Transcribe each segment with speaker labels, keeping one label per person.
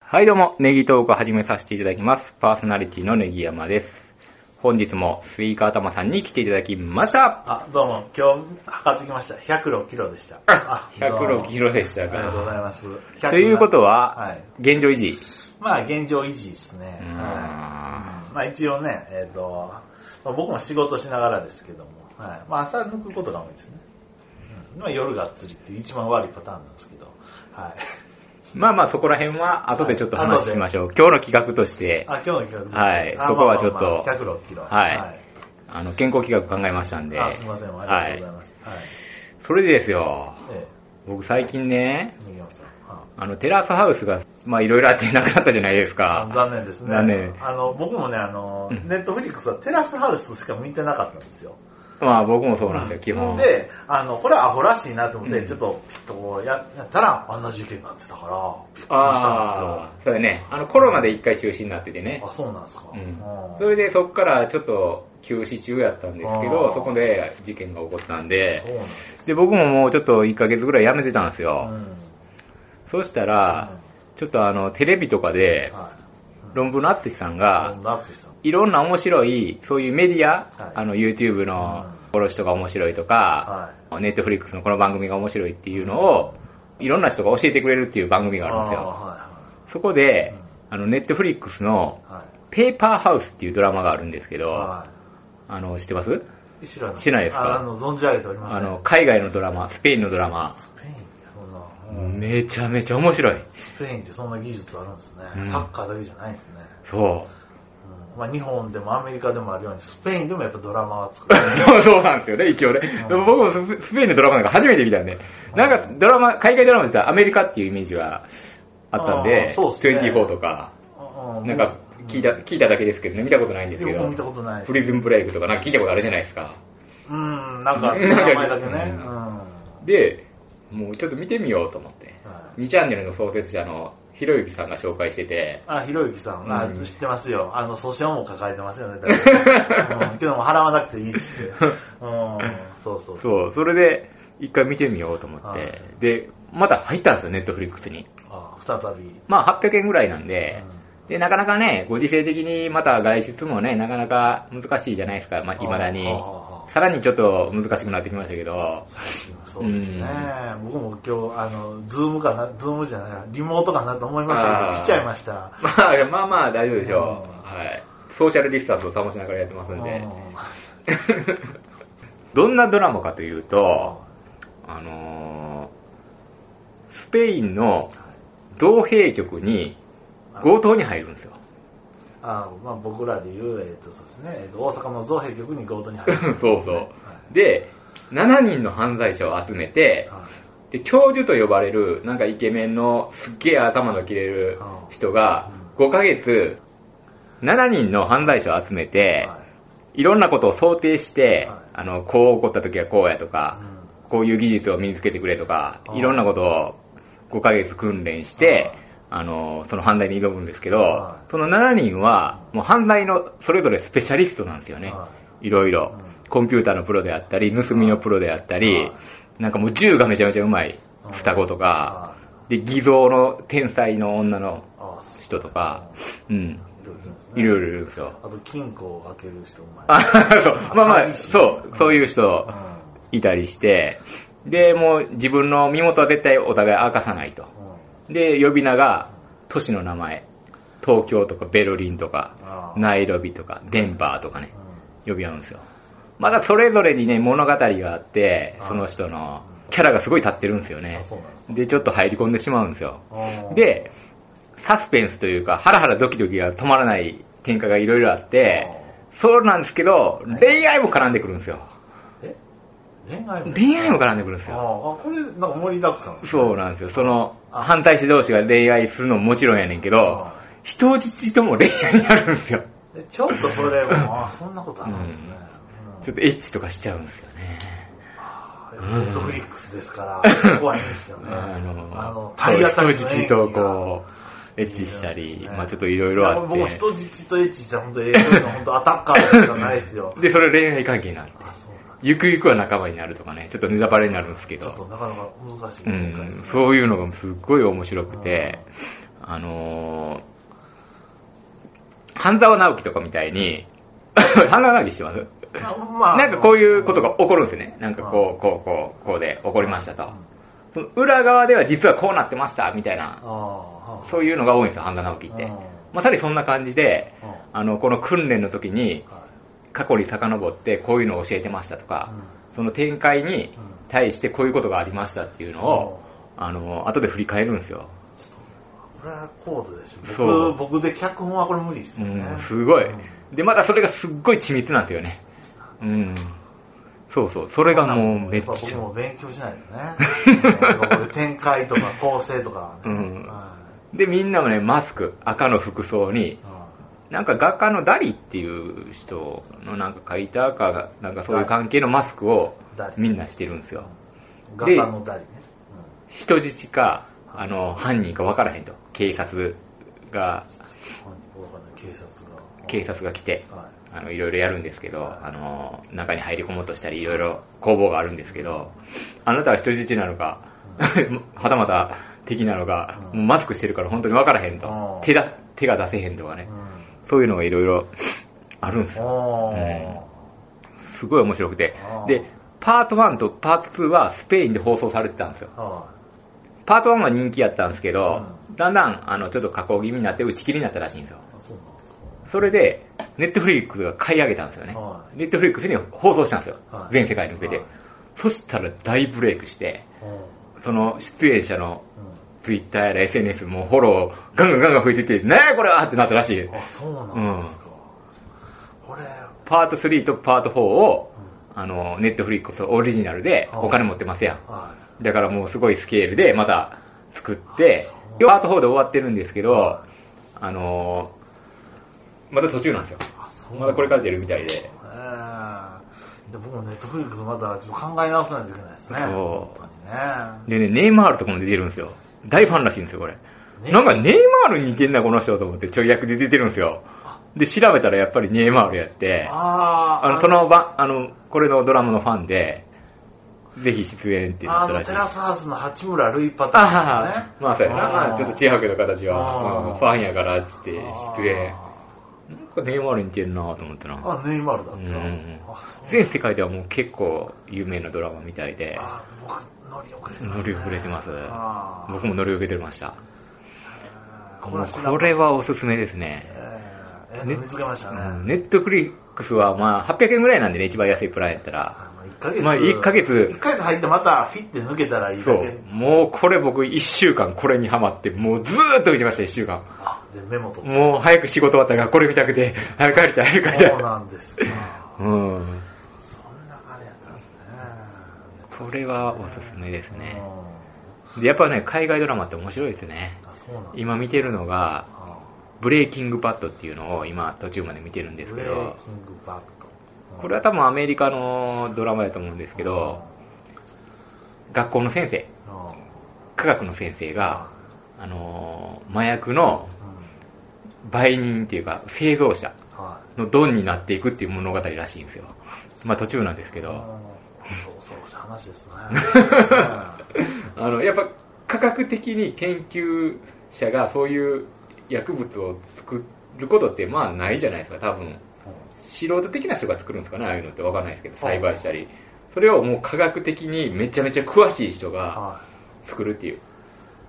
Speaker 1: はいどうも、ネギトークを始めさせていただきます。パーソナリティのネギ山です。本日もスイカ頭さんに来ていただきました。
Speaker 2: あ、どうも、今日測ってきました。106キロでした。あ
Speaker 1: 106キ
Speaker 2: ロ。
Speaker 1: ロでし
Speaker 2: あ
Speaker 1: た
Speaker 2: りがとうござい
Speaker 1: か。
Speaker 2: ます。
Speaker 1: ということは、
Speaker 2: はい
Speaker 1: 現状維持。
Speaker 2: まあ、現状維持ですね。
Speaker 1: う
Speaker 2: はい
Speaker 1: ん
Speaker 2: まあ、一応ね、えっ、と、まあ僕も仕事しながらですけども、はいまあ、朝抜くことが多いですね。うんまあ、夜がっつりっていう一番悪いパターンなんですけど、 はい。
Speaker 1: まあまあそこら辺は後でちょっと話しましょう。今日の企画として、
Speaker 2: あ、今日の企画です
Speaker 1: はい
Speaker 2: あ
Speaker 1: そこはちょっと
Speaker 2: まあまあまあ106キロ。
Speaker 1: はいあの、健康企画考えましたんで。
Speaker 2: あ、すいません、ありがとうございます。はい。
Speaker 1: はい。それでですよ、
Speaker 2: え
Speaker 1: 僕最近ね
Speaker 2: え、、逃げますよ。はい
Speaker 1: あの、テラスハウスが、まあいろいろあってなくなったじゃないですか。
Speaker 2: あ残念ですね。
Speaker 1: 残念
Speaker 2: あの、僕もね、あの、
Speaker 1: うん
Speaker 2: ネットフリックスはテラスハウスしか見てなかったんですよ。
Speaker 1: まあ僕もそうなんですよ、基本。
Speaker 2: で、あの、これはアホらしいなと思って、
Speaker 1: うん
Speaker 2: ちょっとピッとこうややったら、あんな事件になってたから、びっくりしたん
Speaker 1: ああ、そうだね。あの、コロナで一回中止になってて
Speaker 2: です
Speaker 1: ね
Speaker 2: よ。。あ、そうなんですか。
Speaker 1: うん
Speaker 2: うん。
Speaker 1: それでそこからちょっと休止中やったんですけ
Speaker 2: あ
Speaker 1: ど、
Speaker 2: ー
Speaker 1: そこで事件が起こったん
Speaker 2: そう
Speaker 1: で、
Speaker 2: なんです。
Speaker 1: で、僕ももうちょっと1ヶ月ぐらいやめてたんです
Speaker 2: うん。
Speaker 1: よ。
Speaker 2: うん
Speaker 1: そうしたら、ちょっとあの、テレビとかで、
Speaker 2: はい。
Speaker 1: 論文の淳さん
Speaker 2: う
Speaker 1: が
Speaker 2: ん、、夏井さん。
Speaker 1: いろんな面白い、そういうメディア、
Speaker 2: はい
Speaker 1: あの、YouTube の
Speaker 2: うん
Speaker 1: この人が面白いとか、
Speaker 2: はい。
Speaker 1: Netflix のこの番組が面白いっていうのを、いろんな人が教えてくれるっていう番組があるんです
Speaker 2: あ
Speaker 1: よ。
Speaker 2: は
Speaker 1: そこで
Speaker 2: うん、
Speaker 1: あの、Netflix の
Speaker 2: いはい。はい。
Speaker 1: ペーパーハウスっていうドラマがあるんですけど、
Speaker 2: は
Speaker 1: あの、知ってます
Speaker 2: い。知らない。
Speaker 1: 知らないですか
Speaker 2: ああの、存じ上げておりません。
Speaker 1: あの、、海外のドラマ、スペインのドラマ、
Speaker 2: スペインってそんな、うん
Speaker 1: めちゃめちゃ面白い。
Speaker 2: スペインってそんな技術あるんですね。
Speaker 1: うん
Speaker 2: サッカーだけじゃないんですね。
Speaker 1: そ
Speaker 2: うんまあ、日本でもアメリカでもあるように、スペインでもやっぱドラマは作る。
Speaker 1: う。 そうそうなんですよね、一応ね。
Speaker 2: うん
Speaker 1: 僕もススペインのドラマなんか初めて見たんで、なんかドラマ、海外ドラマって言ったらアメリカっていうイメージがあったん
Speaker 2: あー
Speaker 1: で、
Speaker 2: そうっすね
Speaker 1: 24とか、
Speaker 2: う
Speaker 1: なんか聞いた、聞いただけですけどね、見たことないんですけ
Speaker 2: 僕
Speaker 1: ど
Speaker 2: も見た、ことないです
Speaker 1: プリズンブレイクとかなんか聞いたことあるじゃないですか。
Speaker 2: うん、な んか、
Speaker 1: うん
Speaker 2: 名前だけね。
Speaker 1: う
Speaker 2: うんん。
Speaker 1: で、もうちょっと見てみようと思って。
Speaker 2: はい
Speaker 1: 2チャンネルの創設者のひろゆきさんが紹介してて、
Speaker 2: あ、ひろゆきさん、あ
Speaker 1: うん
Speaker 2: 知ってますよ。あの、訴訟も抱えてます よね、だいぶうんけども、払わなくていいし。うん、そうそうう。
Speaker 1: そう、それで、一回見てみようと思って、
Speaker 2: はい
Speaker 1: で、また入ったんですよ、ネットフリックスに。
Speaker 2: あ再び。
Speaker 1: まあ、800円ぐらいなんで、
Speaker 2: う
Speaker 1: で、なかなかね、ご時世的にまた外出もね、なかなか難しいじゃないですか、まあ、未だに
Speaker 2: あああ。あ
Speaker 1: さらにちょっと難しくなってきましたけど、
Speaker 2: そうですね。僕も今日、あの、ズームかな、ズームじゃない、リモートかなと思いましたけ
Speaker 1: あー
Speaker 2: ど、来ちゃいました。
Speaker 1: まあ、 まあまあ、大丈夫でしょう。
Speaker 2: うん
Speaker 1: はい。ソーシャルディスタンスを保ちながらやってますん
Speaker 2: う
Speaker 1: で。
Speaker 2: ん
Speaker 1: どんなドラマかというと、あのースペインの同兵局に強盗に入るんですよ。
Speaker 2: あまあ、僕らでいう、えっとそうですね、えっと大阪の造幣局に強盗 に入る、
Speaker 1: そうそう。で、7人の犯罪者を集めて、
Speaker 2: は
Speaker 1: で、教授と呼ばれる、なんかイケメンのすっげえ頭の切れる人が、5ヶ月、7人の犯罪者を集め
Speaker 2: い
Speaker 1: て、
Speaker 2: はい
Speaker 1: いろんなことを想定して
Speaker 2: はい、
Speaker 1: あの、こう起こった時はこうやとか
Speaker 2: う、ん
Speaker 1: こういう技術を身につけてくれとか、
Speaker 2: はい
Speaker 1: いろんなことを5ヶ月訓練して、あの、その犯罪に挑むんですけど
Speaker 2: は、い
Speaker 1: その7人は、もう犯罪のそれぞれスペシャリストなんですよね。
Speaker 2: はい
Speaker 1: ろいろ
Speaker 2: う。
Speaker 1: コンピューターのプロであったり、盗みのプロであったり
Speaker 2: はい、
Speaker 1: なんかもう銃がめちゃめちゃうまい
Speaker 2: はい
Speaker 1: 双子とか
Speaker 2: は、
Speaker 1: で、偽造の天才の女の
Speaker 2: ああそう
Speaker 1: 人とか、うん、
Speaker 2: いろ
Speaker 1: いろい
Speaker 2: いろですね
Speaker 1: ろいるんですよ。
Speaker 2: あと金庫を開ける人も
Speaker 1: あ、 そう、まあまあ、
Speaker 2: 寂しい
Speaker 1: そう、そういう人
Speaker 2: うん
Speaker 1: いたりして、で、もう自分の身元は絶対お互い明かさないと。
Speaker 2: うん
Speaker 1: で、呼び名が都市の名前。東京とかベルリンとか
Speaker 2: あ、ー
Speaker 1: ナイロビとか、デンバーとかね、呼び合うんですよ。まだそれぞれにね、物語があって、
Speaker 2: あー
Speaker 1: その人のキャラがすごい立ってるんですよね
Speaker 2: あそうなんです。
Speaker 1: で、ちょっと入り込んでしまうんですよ。
Speaker 2: うん
Speaker 1: で、サスペンスというか、ハラハラドキドキが止まらない展開がいろいろあって、そうなんですけど、恋愛も絡んでくるんですよ。
Speaker 2: え恋愛も
Speaker 1: 恋愛も絡んでくるんです
Speaker 2: あ
Speaker 1: よ。
Speaker 2: ああこれなんか盛りだくさんですね
Speaker 1: そうなんですよ。その、
Speaker 2: あ
Speaker 1: 反対して同士が恋愛するのももちろんやねんけど
Speaker 2: あ、
Speaker 1: 人質とも恋愛になるんですよ。
Speaker 2: えちょっとそれも ああそんなことあるんですね、うん
Speaker 1: ちょっとエッチとかしちゃうんですよね。
Speaker 2: ネットフリックスで すから、怖いんですよね。
Speaker 1: あの、
Speaker 2: 体当たりの演
Speaker 1: 人
Speaker 2: 技が
Speaker 1: 質とこう、エッチした
Speaker 2: いい
Speaker 1: り、
Speaker 2: ですね
Speaker 1: まあちょっといろいろあっ
Speaker 2: いや僕も
Speaker 1: て。。
Speaker 2: 人質とエッチじゃ本当ええそういうの本当アタッカーしかないですよ
Speaker 1: で、それ恋愛関係になって。
Speaker 2: あそうなん
Speaker 1: ゆくゆくは仲間になるとかね、ちょっとネタバレになるんですけ
Speaker 2: ちょっと
Speaker 1: ど。
Speaker 2: なかなか難しいう展開ですね。
Speaker 1: ん、そういうのがすっごい面白くて、あのー、半沢直樹とかみたいに、 半沢直樹してます
Speaker 2: あまあ
Speaker 1: なんかこういうことが起こるんですよね。なんかこう、こう、こう、こうで起こりましたと。その裏側では実はこうなってました、みたいな、
Speaker 2: あ
Speaker 1: そういうのが多いんですよ、半沢直樹って
Speaker 2: うん。
Speaker 1: まさにそんな感じで
Speaker 2: うん、
Speaker 1: あの、この訓練の時に
Speaker 2: う、は
Speaker 1: 過去に遡ってこういうのを教えてましたとか、その展開に対してこういうことがありましたっていうのを、あの、後で振り返るんですよ。
Speaker 2: いこれは高度でし
Speaker 1: そ
Speaker 2: ょ
Speaker 1: う
Speaker 2: 僕僕で脚本はこれ無理です
Speaker 1: う
Speaker 2: よね
Speaker 1: ん、すごい
Speaker 2: うん。
Speaker 1: で、またそれがすっごい緻密なんですよね。うん。そうそう、それがもうめっち
Speaker 2: やぱ僕
Speaker 1: ゃ。
Speaker 2: も勉強しない とねやっぱこういう展開とか構成とかは
Speaker 1: う
Speaker 2: ね
Speaker 1: ん
Speaker 2: は
Speaker 1: で、みんなもね、マスク、赤の服装に
Speaker 2: い、うん
Speaker 1: なんか画家のダリっていう人のなんか書いたか、なんかそういう関係のマスクを
Speaker 2: ダリ
Speaker 1: みんなしてるんですよ。
Speaker 2: 画
Speaker 1: で
Speaker 2: 家のたりね
Speaker 1: 人質か、あの、犯人か分からへんと。警察が、
Speaker 2: うん本人わかんない警察が
Speaker 1: 警察が来て、
Speaker 2: は
Speaker 1: あの、いろいろやるんですけど、あの、中に入り込もうとしたり、いろいろ攻防があるんですけど、あなたは人質なのか、 はたまた敵なのか、
Speaker 2: うん
Speaker 1: もうマスクしてるから本当に分からへん
Speaker 2: うん
Speaker 1: と。手だ、手が出せへんとか
Speaker 2: い
Speaker 1: ね
Speaker 2: う。ん
Speaker 1: そういうのがいろいろあるんですよ。
Speaker 2: お
Speaker 1: うん
Speaker 2: ー
Speaker 1: すごい面白くて
Speaker 2: あ。ー
Speaker 1: で、パート1とパート2はスペインで放送されてたんですよ。
Speaker 2: は
Speaker 1: パート1は人気やったんですけど、だんだんあのちょっと加工気味になって打ち切りになったらしいんですよ
Speaker 2: い。あそうなんですか
Speaker 1: それで、ネットフリックスが買い上げたんですよね
Speaker 2: は。い
Speaker 1: ネットフリックスに放送したんですよ
Speaker 2: は。い
Speaker 1: 全世界に向けて
Speaker 2: はい。
Speaker 1: そしたら大ブレイクして、
Speaker 2: うん
Speaker 1: その出演者の
Speaker 2: うん
Speaker 1: ツイッターやら SNS もフォローガンガンガンガン増えてて、なやこれはってなったらしい。
Speaker 2: あそうなんですかこれ
Speaker 1: パート3とパート4を
Speaker 2: うん、
Speaker 1: あの、ネットフリックスオリジナルで
Speaker 2: はい
Speaker 1: お金持ってますやん。
Speaker 2: は
Speaker 1: だからもうすごいスケールでまた作って
Speaker 2: あそう、
Speaker 1: 要はパート4で終わってるんですけど、あのーまた途中なんですよ
Speaker 2: あそう。
Speaker 1: まだこれから出るみたいで。
Speaker 2: いで僕もネットフリックスまだちょっと考え直さないといけないですね
Speaker 1: そう
Speaker 2: 本当に
Speaker 1: で
Speaker 2: ね
Speaker 1: ね、ネイマールとかも出てるんですよ。大ファンらしいんですよ、これ。
Speaker 2: ね
Speaker 1: なんかネイマールに似てんな、この人と思ってちょい役で出てるんですよ。で、調べたらやっぱりネイマールやって、
Speaker 2: あー
Speaker 1: あの、そのば、あの、これのドラマのファンで、ぜひ出演ってな
Speaker 2: あ
Speaker 1: った
Speaker 2: の
Speaker 1: らしい
Speaker 2: テ。ラスハウスの八村塁パターンです
Speaker 1: あ
Speaker 2: ね
Speaker 1: あ、まあそうやな。
Speaker 2: ん
Speaker 1: まあちょっとちはくの形
Speaker 2: あ
Speaker 1: は、
Speaker 2: ー
Speaker 1: うんファンやからっつって出演。
Speaker 2: あ
Speaker 1: なんかネイマールに似てるなと思って
Speaker 2: ー
Speaker 1: な。
Speaker 2: あネイマールだっ
Speaker 1: う
Speaker 2: た、
Speaker 1: ん
Speaker 2: あそう
Speaker 1: 全世界ではもう結構有名なドラマみたいで、
Speaker 2: あー僕乗り遅れてます、ね、
Speaker 1: 乗り遅れてます
Speaker 2: あ。ー
Speaker 1: 僕も乗り遅れてました。もう
Speaker 2: 知らなかった
Speaker 1: これはおすすめですね。
Speaker 2: えーえー見つけましたね、
Speaker 1: うんネットフリックスはまあ800円ぐらいなんでね、一番安いプランやったら。
Speaker 2: あまあ1ヶ月。
Speaker 1: まあ一ヶ月
Speaker 2: 一ヶ月入ってまたフィって抜けたらいいだけ。
Speaker 1: そう。もうこれ僕1週間これにハマって、もうずーっと見てました、1週間。
Speaker 2: あ、で、メモ取って。
Speaker 1: もう早く仕事終わったからこれ見たくて、 早く帰りたい、早く帰りた
Speaker 2: そう
Speaker 1: い。
Speaker 2: なんですか。
Speaker 1: うん。
Speaker 2: そんなあれやったんですね。
Speaker 1: これはおすすめですね
Speaker 2: う。
Speaker 1: でやっぱね、海外ドラマって面白いですね。
Speaker 2: んあ、そうなんです
Speaker 1: 今見てるのが、
Speaker 2: あ
Speaker 1: ブレイキングパッドっていうのを今途中まで見てるんです
Speaker 2: ブ
Speaker 1: け
Speaker 2: レイキン
Speaker 1: ど、
Speaker 2: グバット。
Speaker 1: これは多分アメリカのドラマだと思うんですけど、学校の先生、
Speaker 2: うん、うん
Speaker 1: 科学の先生が、あのー、麻薬の
Speaker 2: うん
Speaker 1: 売人っていうか製造者
Speaker 2: は
Speaker 1: のドンになっていくっていう物語らしいんですよ。まあ途中なんですけ
Speaker 2: い。
Speaker 1: ど、
Speaker 2: そうそうした話ですね。う ん
Speaker 1: あの、やっぱ科学的に研究者がそういう薬物を作ることってまあないじゃないですか、多分。素人的な人が作るんですかね、ああいうのって分かんないですけど、栽培したり。それをもう科学的にめちゃめちゃ詳しい人が
Speaker 2: は
Speaker 1: 作るっていう。
Speaker 2: い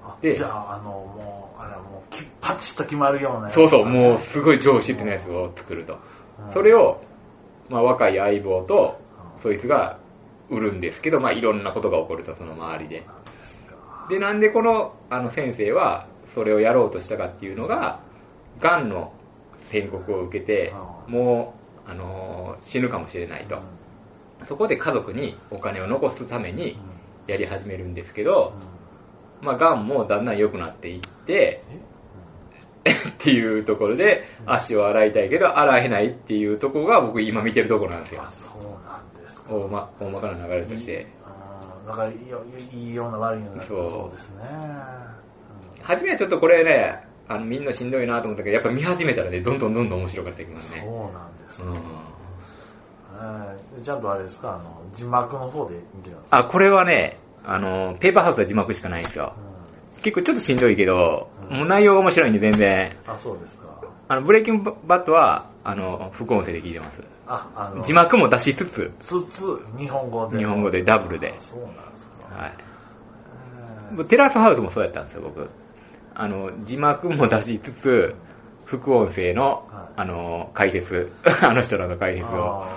Speaker 2: あ。
Speaker 1: で
Speaker 2: じゃあ、あの、もう、あれはもうき、パチッと決まるようなやつ
Speaker 1: そうそう、もうすごい上司ってなやつを作ると。それを、まあ若い相棒と、そいつが売るんですけど、まあいろんなことが起こると、その周りで。
Speaker 2: なんですか
Speaker 1: で、なんでこの、あの先生は、それをやろうとしたかっていうのが、癌の宣告を受けて、もう、あのー死ぬかもしれないと。そこで家族にお金を残すため
Speaker 2: う
Speaker 1: に
Speaker 2: ん
Speaker 1: やり始めるんですけ
Speaker 2: う
Speaker 1: ど
Speaker 2: ん、
Speaker 1: まあ、がんもだんだん良くなっていって、
Speaker 2: え
Speaker 1: っていうところで、足を洗いたいけど、洗えないっていうところが僕今見てるところなんですよ
Speaker 2: あ。そうなんですか。
Speaker 1: 大ま、大まかな流れとして。
Speaker 2: うんなんかいいよいいような悪いような
Speaker 1: そう
Speaker 2: そうですね。
Speaker 1: 初めはちょっとこれね、あのみんなしんどいなと思ったけど、やっぱ見始めたらね、どんどんどんどん面白かってきま
Speaker 2: うん
Speaker 1: すね。
Speaker 2: そうなんです
Speaker 1: うん
Speaker 2: ね。うんちゃんとあれですか、あの、字幕の方で見てるんですか
Speaker 1: あ、これはね、あの、ペーパーハウスは字幕しかないんですよ。結構ちょっとしんどいけど、
Speaker 2: う
Speaker 1: もう内容が面白いんで全然。
Speaker 2: あ、そうですか。
Speaker 1: あの、ブレイキングバットは、あの、副音声で聞いてます。
Speaker 2: あ、あの、
Speaker 1: 字幕も出しつつ、
Speaker 2: つつ、日本語で。
Speaker 1: 日本語でダブルで
Speaker 2: あそうなんですか。
Speaker 1: はい。
Speaker 2: へ
Speaker 1: テラスハウスもそうやったんですよ、僕。あの、字幕も出しつつ、副音声の、
Speaker 2: はい
Speaker 1: あの、解説、 あの人らの解
Speaker 2: ー
Speaker 1: 説を
Speaker 2: あ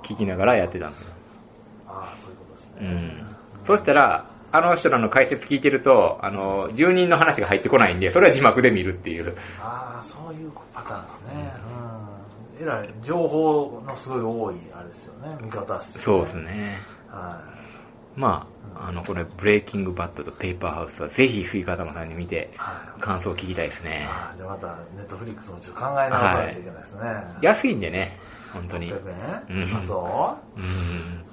Speaker 2: ー
Speaker 1: 聞きながらやってたんですよ。
Speaker 2: あー、そういうことですね。
Speaker 1: うん。そしたら、あの人らの解説聞いてると、あの、住人の話が入ってこないんで、それは字幕で見るっていう。
Speaker 2: ああ、そういうパターンですね。うん。えらい、情報のすごい多い、あれですよね、見方ですよね。
Speaker 1: そうです。ね。
Speaker 2: は
Speaker 1: まあ、あの、これ、ブレイキングバットとペーパーハウスはぜひスイカ玉さんに見て
Speaker 2: い。、はい。
Speaker 1: 感想を聞きたいですね。
Speaker 2: ああ、じゃあまた、ネットフリックスもちょっと考えながらいといけないですね。
Speaker 1: 安いんでね、本当に。
Speaker 2: 600
Speaker 1: うん
Speaker 2: 円あ、そう
Speaker 1: うん。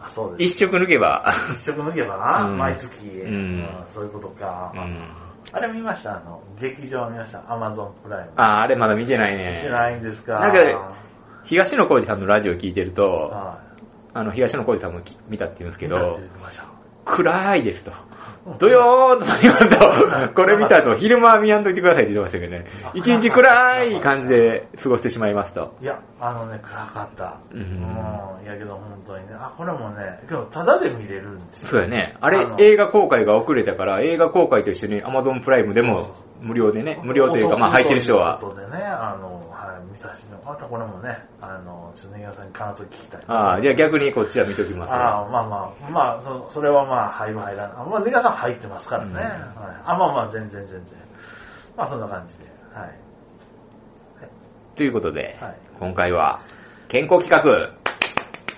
Speaker 2: あ、そうで
Speaker 1: 一
Speaker 2: す。
Speaker 1: 食抜けば、
Speaker 2: 一食抜けば、
Speaker 1: うん
Speaker 2: 毎月、
Speaker 1: う
Speaker 2: うんんそういうことか。
Speaker 1: うん。
Speaker 2: あれ見ましたあの、劇場見ましたアマゾンプライム。
Speaker 1: ああ、あれまだ見てない
Speaker 2: 見
Speaker 1: ね
Speaker 2: て。ないんですか
Speaker 1: なんか東野幸治さんのラジオ聞いてると、
Speaker 2: は
Speaker 1: あの、東野幸治さんもき見たって言うんです
Speaker 2: い。
Speaker 1: け
Speaker 2: 見たっ
Speaker 1: ど
Speaker 2: て、言ってました
Speaker 1: 暗いですと。どよーんとなりますと、これ見た後、昼間は見やんといてくださいって言ってましたけどね
Speaker 2: あ。
Speaker 1: 一日暗い感じで過ごしてしまいますと。
Speaker 2: いや、あのね、暗かった。
Speaker 1: うん
Speaker 2: うん。いやけど、本当にね。あ、これもね、けど、ただで見れるんですよ。
Speaker 1: そうやね。あれ
Speaker 2: あ、の
Speaker 1: 映画公開が遅れたから、映画公開と一緒に Amazon プライムでも無料でね、無料というか、まあ入ってる人は
Speaker 2: という。ことでね、あの、はい、見させてもまたこれもね、あの、ちょっとねぎわさんに感想聞きたい。
Speaker 1: ああ、じゃあ逆にこっちは見ときますわ。
Speaker 2: ああ、まあまあ、まあ、そそれはまあ、入る入らない。まあ、ネガさん入ってますからね。
Speaker 1: うん
Speaker 2: はい、あ、まあまあ、全然全然。まあ、そんな感じで。はい。
Speaker 1: ということで
Speaker 2: はい、
Speaker 1: 今回は健康企画。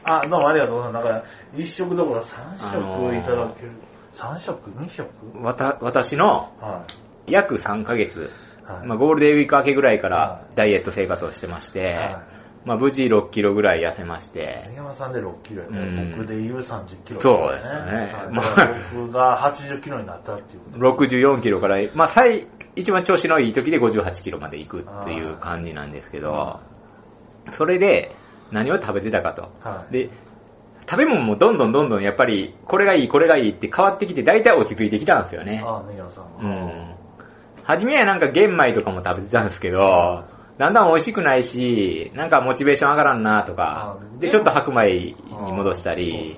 Speaker 2: あ、どうもありがとうございます。なんか、一食どころ三
Speaker 1: あの
Speaker 2: 食
Speaker 1: ー
Speaker 2: いただける。三食二食
Speaker 1: わた、私の
Speaker 2: はい。
Speaker 1: 約3ヶ月、
Speaker 2: はい
Speaker 1: まあ、ゴールデンウィーク明けぐらいか
Speaker 2: は
Speaker 1: らダイエット生活をしてまして、
Speaker 2: は
Speaker 1: まあ、無事6キロぐらい痩せまし
Speaker 2: 竹
Speaker 1: て、
Speaker 2: 山さんで6キロやったら、
Speaker 1: うん
Speaker 2: 僕で言う30キロ
Speaker 1: そうで
Speaker 2: で
Speaker 1: すす
Speaker 2: ね
Speaker 1: ね
Speaker 2: はい
Speaker 1: まあ
Speaker 2: だから僕が80キロになったっていうこと
Speaker 1: 64キロから、まあ、最、一番調子のいい時で58キロまで行くっていう感じなんですけど
Speaker 2: あ、
Speaker 1: それで何を食べてたかと。
Speaker 2: はい
Speaker 1: で、食べ物もどんどんどんどんやっぱり、これがいい、これがいいって変わってきて、大体落ち着いてきたんですよね。
Speaker 2: ああ、根山さんは。
Speaker 1: うん。初めはなんか玄米とかも食べてたんですけど、だんだん美味しくないし、なんかモチベーション上がらんなとか
Speaker 2: あ、
Speaker 1: で、
Speaker 2: で
Speaker 1: ちょっと白米に戻したり、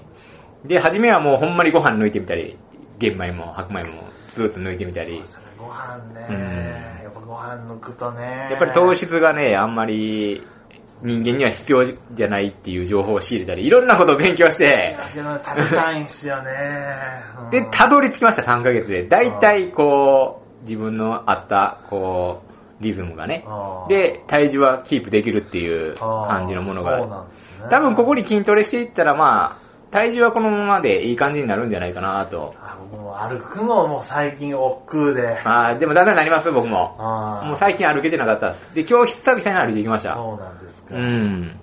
Speaker 1: で、初めはもうほんまにご飯抜いてみたり、玄米も白米もずっと抜いてみたり、
Speaker 2: それご飯ね、
Speaker 1: うん
Speaker 2: やっぱご飯抜くとね。
Speaker 1: やっぱり糖質がね、あんまり人間には必要じゃないっていう情報を仕入れたり、いろんなことを勉強し
Speaker 2: い
Speaker 1: て、
Speaker 2: やでも食べたいんすよね。うん
Speaker 1: で、たどり着きました、3ヶ月で。だいたいこう、自分のあった、こう、リズムがね
Speaker 2: あ。ー
Speaker 1: で、体重はキープできるっていう
Speaker 2: ああ
Speaker 1: 感じのもの
Speaker 2: そうな
Speaker 1: が。
Speaker 2: んですね。
Speaker 1: 多分ここに筋トレしていったら、まあ、体重はこのままでいい感じになるんじゃないかなと。
Speaker 2: あ僕も歩くのも最近億劫で。
Speaker 1: あーでもだんだんなります、僕も。
Speaker 2: あ
Speaker 1: もう最近歩けてなかったです。で、今日久々に歩いてきました。
Speaker 2: そうなんですか。
Speaker 1: うん。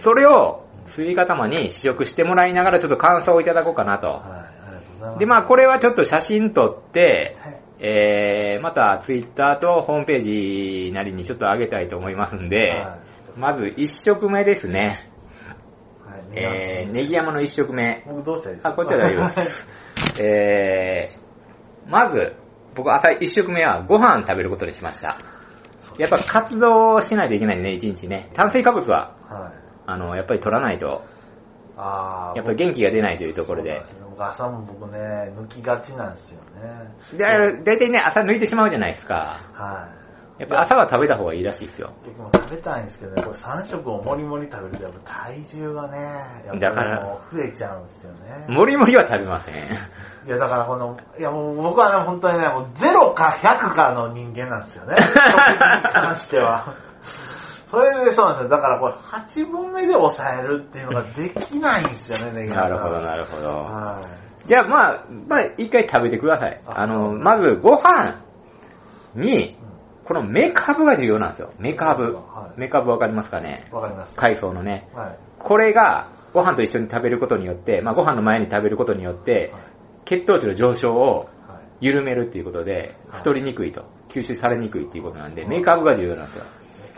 Speaker 1: それを、スイカ玉に試食してもらいながら、ちょっと感想をいただこうかなと。
Speaker 2: はい、ありがとうございます。
Speaker 1: で、まあ、これはちょっと写真撮って、
Speaker 2: はい
Speaker 1: えー、またツイッターとホームページなりにちょっと上げたいと思いますんで、
Speaker 2: は
Speaker 1: まず1食目ですね。
Speaker 2: はい、
Speaker 1: えー、ネギ山の1食目。
Speaker 2: 僕どうしたらいいですか
Speaker 1: あ、こっちは大丈夫です。えー、まず、僕朝1食目はご飯食べることにしました。やっぱ活動しないといけないね、1日ね。炭水化物は、
Speaker 2: はい。
Speaker 1: あの、やっぱり取らないと、
Speaker 2: ああ。
Speaker 1: やっぱり元気が出ないというと
Speaker 2: 僕
Speaker 1: ころ
Speaker 2: そう
Speaker 1: で
Speaker 2: なん。すね僕朝も僕ね、抜きがちなんですよね。
Speaker 1: で、大体ね、朝抜いてしまうじゃないですか。
Speaker 2: はい。
Speaker 1: やっぱ朝は食べた方がいいらしいですよ。
Speaker 2: 結局食べたいんですけどね、これ3食をもりもり食べるとやっぱ体重がね、やっ
Speaker 1: だか
Speaker 2: ぱり
Speaker 1: ら
Speaker 2: もう増えちゃうんですよね。
Speaker 1: もりもりは食べません。
Speaker 2: いやだからこの、いやもう僕はね、本当にね、もう0か100かの人間なんで すよね。食事に関しては。それでそうなんですよ。だからこれ8分目で抑えるっていうのができないんですよね、ネギさん。
Speaker 1: なるほど。
Speaker 2: はい。
Speaker 1: じゃあまあ、まあ一回食べてください。
Speaker 2: あ
Speaker 1: あの、まずご飯に、このメカブが重要なんですよ。メカブ
Speaker 2: は。い
Speaker 1: メカブわかりますかね
Speaker 2: わかります。
Speaker 1: 海藻のね。
Speaker 2: はい。
Speaker 1: これがご飯と一緒に食べることによって、まあご飯の前に食べることによって、血糖値の上昇を
Speaker 2: はい。
Speaker 1: 緩めるっていうことで、
Speaker 2: はい
Speaker 1: 太りにくいと、吸収されにくいっていうことなんで、
Speaker 2: うん
Speaker 1: メカブが重要なんですよ。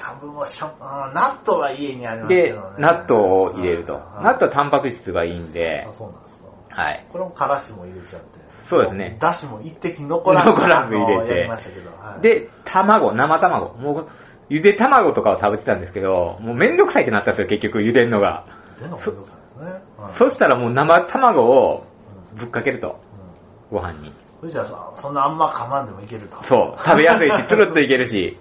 Speaker 2: 株もしょ、あー納豆は家にありますけ
Speaker 1: で
Speaker 2: どね。、
Speaker 1: 納豆を入れると。
Speaker 2: はい
Speaker 1: 納豆はタンパク質がいいんで
Speaker 2: あ、、そうなんですか。
Speaker 1: はい。
Speaker 2: これもからしも入れちゃって。
Speaker 1: そうですね
Speaker 2: だしも一滴残らず
Speaker 1: 残らず入れて
Speaker 2: あのやりましたけど。はい、
Speaker 1: で、卵、生卵。もう、ゆで卵とかを食べてたんですけど、もうめんどくさいってなったんですよ、結局、ゆでるのが。
Speaker 2: でのめんどくさいですね。はい
Speaker 1: そしたらもう生卵をぶっかけると、
Speaker 2: うん
Speaker 1: ご飯に。
Speaker 2: うん藤田さん、そんなあんま噛まんでもいけると。う。
Speaker 1: そう、食べやすい し、つるっといけるし。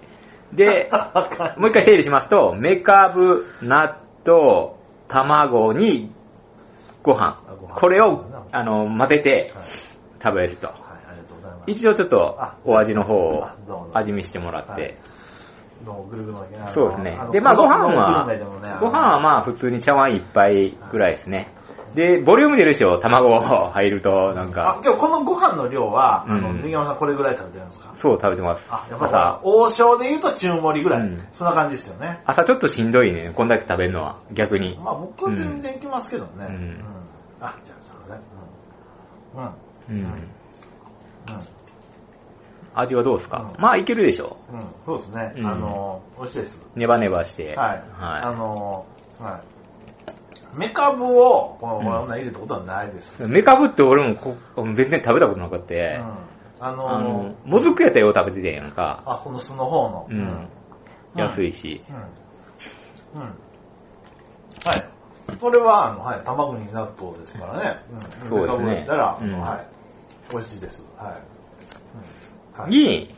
Speaker 1: で、
Speaker 2: あかん
Speaker 1: もう一回整理しますと、めかぶ、納豆、卵にご飯
Speaker 2: あご。飯
Speaker 1: これを、あの、混ぜて
Speaker 2: はい、
Speaker 1: 食べると。
Speaker 2: はい、ありがとうございます。
Speaker 1: 一応ちょっと
Speaker 2: あ、
Speaker 1: お味の方を
Speaker 2: あどうも
Speaker 1: 味見してもらっ
Speaker 2: は
Speaker 1: て
Speaker 2: い。のぐるぐる巻きな
Speaker 1: そうですね
Speaker 2: の。
Speaker 1: で、まあご飯は
Speaker 2: のグルメでもね、
Speaker 1: ご飯はまあ普通に茶碗一杯ぐらいですね。で、ボリューム出るでしょ、卵入ると、なん
Speaker 2: あ
Speaker 1: か、、
Speaker 2: 今日このご飯の量は、あの、
Speaker 1: うん
Speaker 2: 根山さんこれぐらい食べてるんですか
Speaker 1: そう食べてます。
Speaker 2: あ、やっぱ
Speaker 1: 朝、
Speaker 2: 王将で言うと中盛りぐらい、
Speaker 1: うん
Speaker 2: そんな感じですよね。
Speaker 1: 朝ちょっとしんどいね、こんだけ食べるのは、逆に。
Speaker 2: まあ僕は全然いきますけどね。
Speaker 1: うん
Speaker 2: あ、じゃあすいません。うん。
Speaker 1: う
Speaker 2: うん。うん。
Speaker 1: ん。味はどうですか、
Speaker 2: うん
Speaker 1: まあいけるでしょ。
Speaker 2: うん。そうですね。
Speaker 1: うん
Speaker 2: あの、美味しいです。
Speaker 1: ネバネバして。
Speaker 2: はい。あの、はい。メカブを、この、こんな入れたことはないです。
Speaker 1: メカブって俺もこ全然食べたことなくて、
Speaker 2: うんあ
Speaker 1: あ
Speaker 2: の
Speaker 1: の、もずくやったらよう食べてたやんか。
Speaker 2: あ、この巣の方の。
Speaker 1: うん。安いし。
Speaker 2: うん。うん。はい。これは、あの、はい、卵に納豆ですからね。うん。
Speaker 1: そうですね
Speaker 2: メカブやったら、
Speaker 1: うん
Speaker 2: はい。美味しいです。はい。うんはい。
Speaker 1: に、
Speaker 2: うん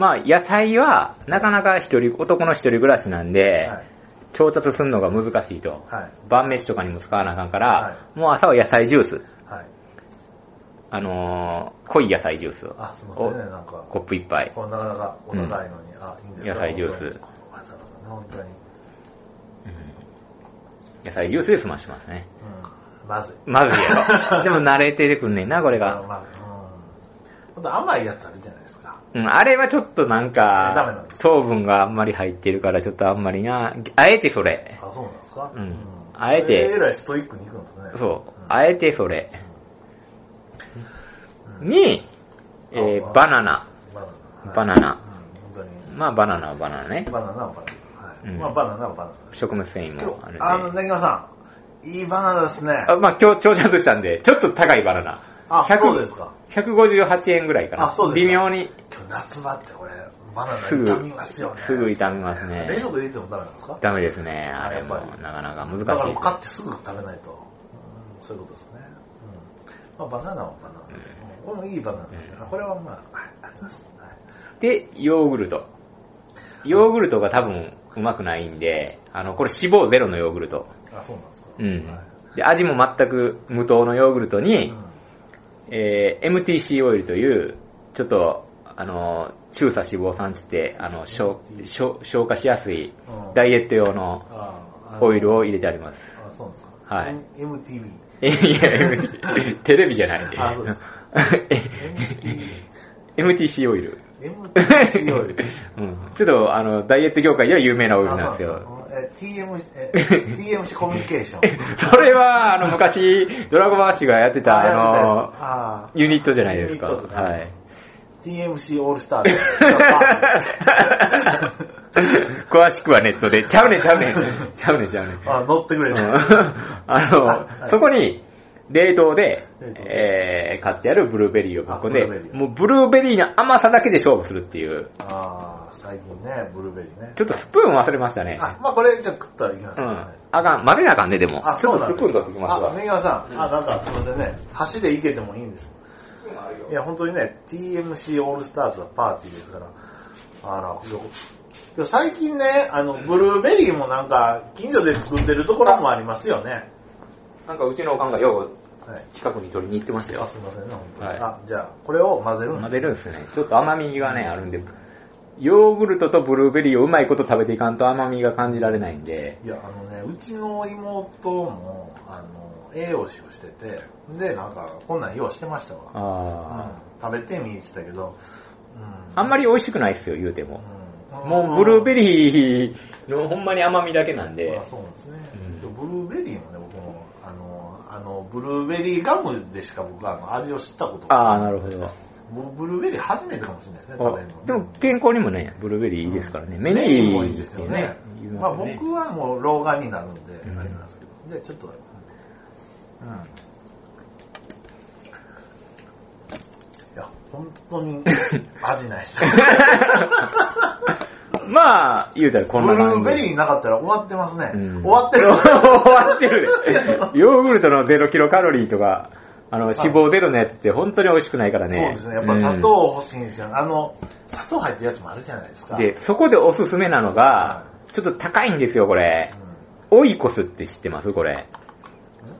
Speaker 1: まあ野菜はなかなか一人、男の一人暮らしなんで、
Speaker 2: はい。
Speaker 1: 調達するのが難しいと。
Speaker 2: はい。
Speaker 1: 晩飯とかにも使わなあかんから、
Speaker 2: は
Speaker 1: もう朝は野菜ジュース、
Speaker 2: はい。
Speaker 1: あのー濃い野菜ジュースを
Speaker 2: あ、すみませんね、なんか。
Speaker 1: コップ一杯。
Speaker 2: こうなかなかお高いのに、あ、いいんですよ
Speaker 1: 野菜ジュース
Speaker 2: 本当にわざわざね、本当に。
Speaker 1: うん野菜ジュースで済ましますね。
Speaker 2: うん。まずい。
Speaker 1: まずい やろ。でも慣れてくんねんな、これ
Speaker 2: あの
Speaker 1: が。
Speaker 2: まあ、うん。ほんと甘いやつあるじゃないですか。
Speaker 1: うん、あれはちょっとなん
Speaker 2: ダメなん
Speaker 1: か
Speaker 2: で、す
Speaker 1: 糖分があんまり入ってるから、ちょっとあんまりな、あえてそれ。
Speaker 2: あ、そうなんですか
Speaker 1: うんあえて
Speaker 2: えらいストイックにいくんですね。
Speaker 1: そう
Speaker 2: う。ん
Speaker 1: あえてそれ。
Speaker 2: うん
Speaker 1: に、えーバナナ。
Speaker 2: バナ
Speaker 1: バナ
Speaker 2: ナ。
Speaker 1: ナ
Speaker 2: うん、本当に。
Speaker 1: まあ、バナナはバナナね。
Speaker 2: バナナはバナナ。はい。
Speaker 1: うん
Speaker 2: まあ、バナナはバナナです。
Speaker 1: 食物繊維もあるんで。
Speaker 2: あの、なぎまさん、いいバナナですね。
Speaker 1: あまあ、今日、調達したんで、ちょっと高いバナナ。
Speaker 2: あ、
Speaker 1: 100
Speaker 2: そうですか。
Speaker 1: 158円ぐらいかな。
Speaker 2: あそうですか
Speaker 1: 微妙に。
Speaker 2: 今日夏場ってこれ、バナナ
Speaker 1: すぐ
Speaker 2: 傷みますよね。
Speaker 1: すぐ傷みますね
Speaker 2: 冷蔵庫で入れてもダメなんですか
Speaker 1: ダメですね。あれも
Speaker 2: やっぱ、り
Speaker 1: なかなか難しい。
Speaker 2: だからもう買ってすぐ食べないと。うんそういうことですね。うん。まあ、バナナはバナナで。うんこれもいいバナナで。
Speaker 1: うん
Speaker 2: あこれはまあ、はい、あります。はい。
Speaker 1: で、ヨーグルト。ヨーグルトが多分うまくないんで、あの、これ脂肪ゼロのヨーグルト。
Speaker 2: あ、そうなんですか。
Speaker 1: うん
Speaker 2: はい。
Speaker 1: で、味も全く無糖のヨーグルトに、
Speaker 2: うん
Speaker 1: えー MTC オイルという、ちょっと、あの、中鎖脂肪酸値って、あの、消消消化しやすい
Speaker 2: うん
Speaker 1: ダイエット用の
Speaker 2: ああの
Speaker 1: オイルを入れてあります。
Speaker 2: あ、そうなんですか。
Speaker 1: はい
Speaker 2: M- MTV。
Speaker 1: いや、テレビじゃない。
Speaker 2: あそうです
Speaker 1: MTC オイル。
Speaker 2: MTC オイル。
Speaker 1: うんちょっと、あの、ダイエット業界では有名なオイルなんです
Speaker 2: あ。そ
Speaker 1: よ。
Speaker 2: うなんですかえ TM、え TMC コミュニケーション。
Speaker 1: それは、あの、昔、ドラゴマーシがやってた、 あ
Speaker 2: あ
Speaker 1: の、ユニットじゃないですか。
Speaker 2: ユニットとか
Speaker 1: はい。
Speaker 2: TMC オールスターズ。あ
Speaker 1: 詳しくはネットで。ちゃうねん、ちゃうねん。ちゃうねん、ちゃうねん。
Speaker 2: 乗ってくれ
Speaker 1: うん
Speaker 2: た。
Speaker 1: あの、
Speaker 2: はい
Speaker 1: そこに、冷凍で
Speaker 2: 冷凍、
Speaker 1: えー、買ってあるブルーベリーをぶっ込んで
Speaker 2: あブルーベリ、ー
Speaker 1: もうブルーベリーの甘さだけで勝負するっていう。
Speaker 2: ああ、最近ね、ブルーベリーね
Speaker 1: ち。ょっとスプーン忘れましたね。
Speaker 2: あ、まあこれじゃあ食ったらいきます
Speaker 1: う
Speaker 2: よ
Speaker 1: ん
Speaker 2: は。
Speaker 1: あかん、混ぜなあかんね、でも
Speaker 2: い。あ、
Speaker 1: ちょっと
Speaker 2: そうなん
Speaker 1: ス
Speaker 2: で
Speaker 1: プーン
Speaker 2: す
Speaker 1: 取ってきます
Speaker 2: あ、
Speaker 1: わ。
Speaker 2: メガさん、
Speaker 1: うん
Speaker 2: あ、なんかすいませんね。箸でいけてもいいんです。いや、本当にね、TMC オールスターズはパーティーですから。あら、よよ最近ね、あの、ブルーベリーもなんか、近所で作ってるところもありますよね。
Speaker 1: なんかうちのおかんがよ
Speaker 2: はい。
Speaker 1: う近くに取りに行ってました
Speaker 2: あ、
Speaker 1: よ。
Speaker 2: すいませんね、本当に。
Speaker 1: はい
Speaker 2: あ、じゃあ、これを混ぜるんです
Speaker 1: 混ぜるんですね。ちょっと甘みがね、あるんで。ヨーグルトとブルーベリーをうまいこと食べていかんと甘みが感じられないんで。
Speaker 2: いや、あのね、うちの妹も、あの、栄養士をしてて、で、なんか、こんなん用意してましたわ。
Speaker 1: あ
Speaker 2: うん食べてみてたけど、
Speaker 1: あ。あんま
Speaker 2: り、
Speaker 1: り美味しくないっすよ、言うても。
Speaker 2: ん
Speaker 1: もうブルーベリーのほんまに甘みだけなんで
Speaker 2: あ。そうなんですね、
Speaker 1: うん
Speaker 2: ブルーベリーもね僕もあのあのブルーベリーガムでしか僕はあの味を知ったことが
Speaker 1: ああ、なるほど。
Speaker 2: もうブルーベリー初めてかもしれないですね食べるの
Speaker 1: あでも健康にもね、ブルーベリーいいですからね。目
Speaker 2: メ
Speaker 1: に
Speaker 2: ニュー
Speaker 1: い
Speaker 2: もい
Speaker 1: い
Speaker 2: い
Speaker 1: で
Speaker 2: ですす
Speaker 1: よ
Speaker 2: よ
Speaker 1: ね
Speaker 2: ね。
Speaker 1: 言い
Speaker 2: まあ
Speaker 1: すよね
Speaker 2: 僕はもう老眼になるんで、
Speaker 1: うん
Speaker 2: あれなんですけどじゃあちょっとうんいや、本当に味ない です。
Speaker 1: まあ、言うたらこん
Speaker 2: ブ
Speaker 1: な
Speaker 2: ル
Speaker 1: 感
Speaker 2: ー
Speaker 1: じ。
Speaker 2: ベリーなかったら終わってますね。
Speaker 1: うん
Speaker 2: 終わってる。
Speaker 1: 終わってるで。ヨーグルトの0キロカロリーとか、あの、脂肪ゼロのやつって本当に美味しくないからね。
Speaker 2: そうですね。やっぱ砂糖欲しいんですよ、あの、砂糖入ってるやつもあるじゃないです
Speaker 1: う
Speaker 2: か。
Speaker 1: んで、そこでおすすめなのが
Speaker 2: は、
Speaker 1: ちょっと高いんですよ、これ
Speaker 2: う。ん
Speaker 1: オイコスって知ってますこれ。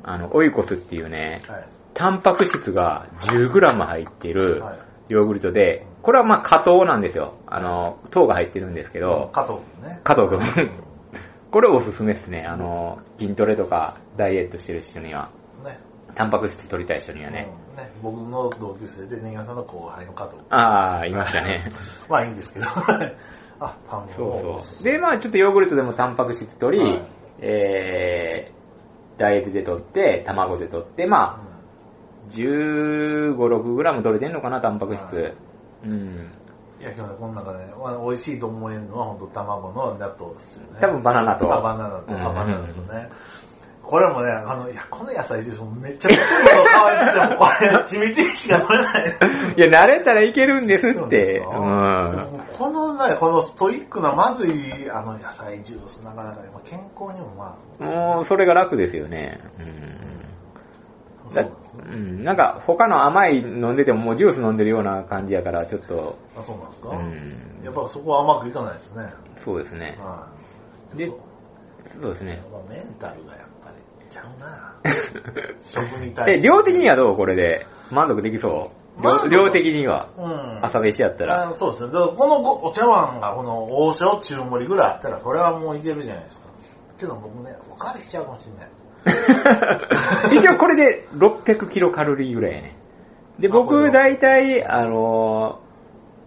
Speaker 1: あの、オイコスっていうね、
Speaker 2: はい。
Speaker 1: タンパク質が 10g 入ってる
Speaker 2: はい
Speaker 1: ヨーグルトで、これはまあ、加糖なんですよ。あの、糖が入ってるんですけど、
Speaker 2: 加藤君ね。
Speaker 1: 加藤くん。これおすすめですね。あの、筋トレとかダイエットしてる人には。
Speaker 2: ね。
Speaker 1: タンパク質取りたい人にはね。
Speaker 2: うんね僕の同級生で、ネギさんの後輩の加藤君。
Speaker 1: ああ、いました ね。
Speaker 2: まあいいんですけど。あ、パン
Speaker 1: そうそう。で、まあちょっとヨーグルトでもタンパク質取り、
Speaker 2: はい
Speaker 1: えー、ダイエットで取って、卵で取って、まあ15、6グラム取れてんのかな、タンパク質。
Speaker 2: はい
Speaker 1: うん。
Speaker 2: いや、今日ね、この中で、ね、まあ美味しいと思えるのは、本当卵の納豆ですよね。
Speaker 1: 多分バナナと
Speaker 2: あバナナと、あ
Speaker 1: うん
Speaker 2: バナナとね。これもね、あの、いや、この野菜ジュースもめっちゃめちゃ香りしても、これ、ちみちみしか取れない。
Speaker 1: いや、慣れたらいけるんです
Speaker 2: そう
Speaker 1: っ
Speaker 2: です
Speaker 1: て。
Speaker 2: か
Speaker 1: うん。
Speaker 2: このね、このストイックなまずい、あの、野菜ジュース、なかなかね、まあ健康にもま
Speaker 1: もう、それが楽ですよね。うん。
Speaker 2: あ、そう
Speaker 1: だ
Speaker 2: なんですね。
Speaker 1: うん、なんか他の甘い飲んでてももうジュース飲んでるような感じやからちょっと、
Speaker 2: あ、そうなんですか、
Speaker 1: うん、
Speaker 2: やっぱそこは甘くいかないですね。
Speaker 1: そうですね。
Speaker 2: はい。
Speaker 1: で
Speaker 2: そう
Speaker 1: そうです
Speaker 2: やっ
Speaker 1: ね。
Speaker 2: ぱメンタルがやっぱりちゃ うな食に
Speaker 1: え、
Speaker 2: 対して。
Speaker 1: 量的にはどうこれで。満足できそう
Speaker 2: 満
Speaker 1: 量
Speaker 2: 足
Speaker 1: 量的には。
Speaker 2: うん。
Speaker 1: 朝飯やったら。
Speaker 2: あそうですね。だからこのごお茶碗がこの王将中盛りぐらいあったら、これはもういけるじゃないですか。けど僕ね、おかわりしちゃうかもしれない。
Speaker 1: 一応これで600キロカロリーぐらいやね。で、
Speaker 2: あこれ
Speaker 1: 僕
Speaker 2: は
Speaker 1: 大体、あのー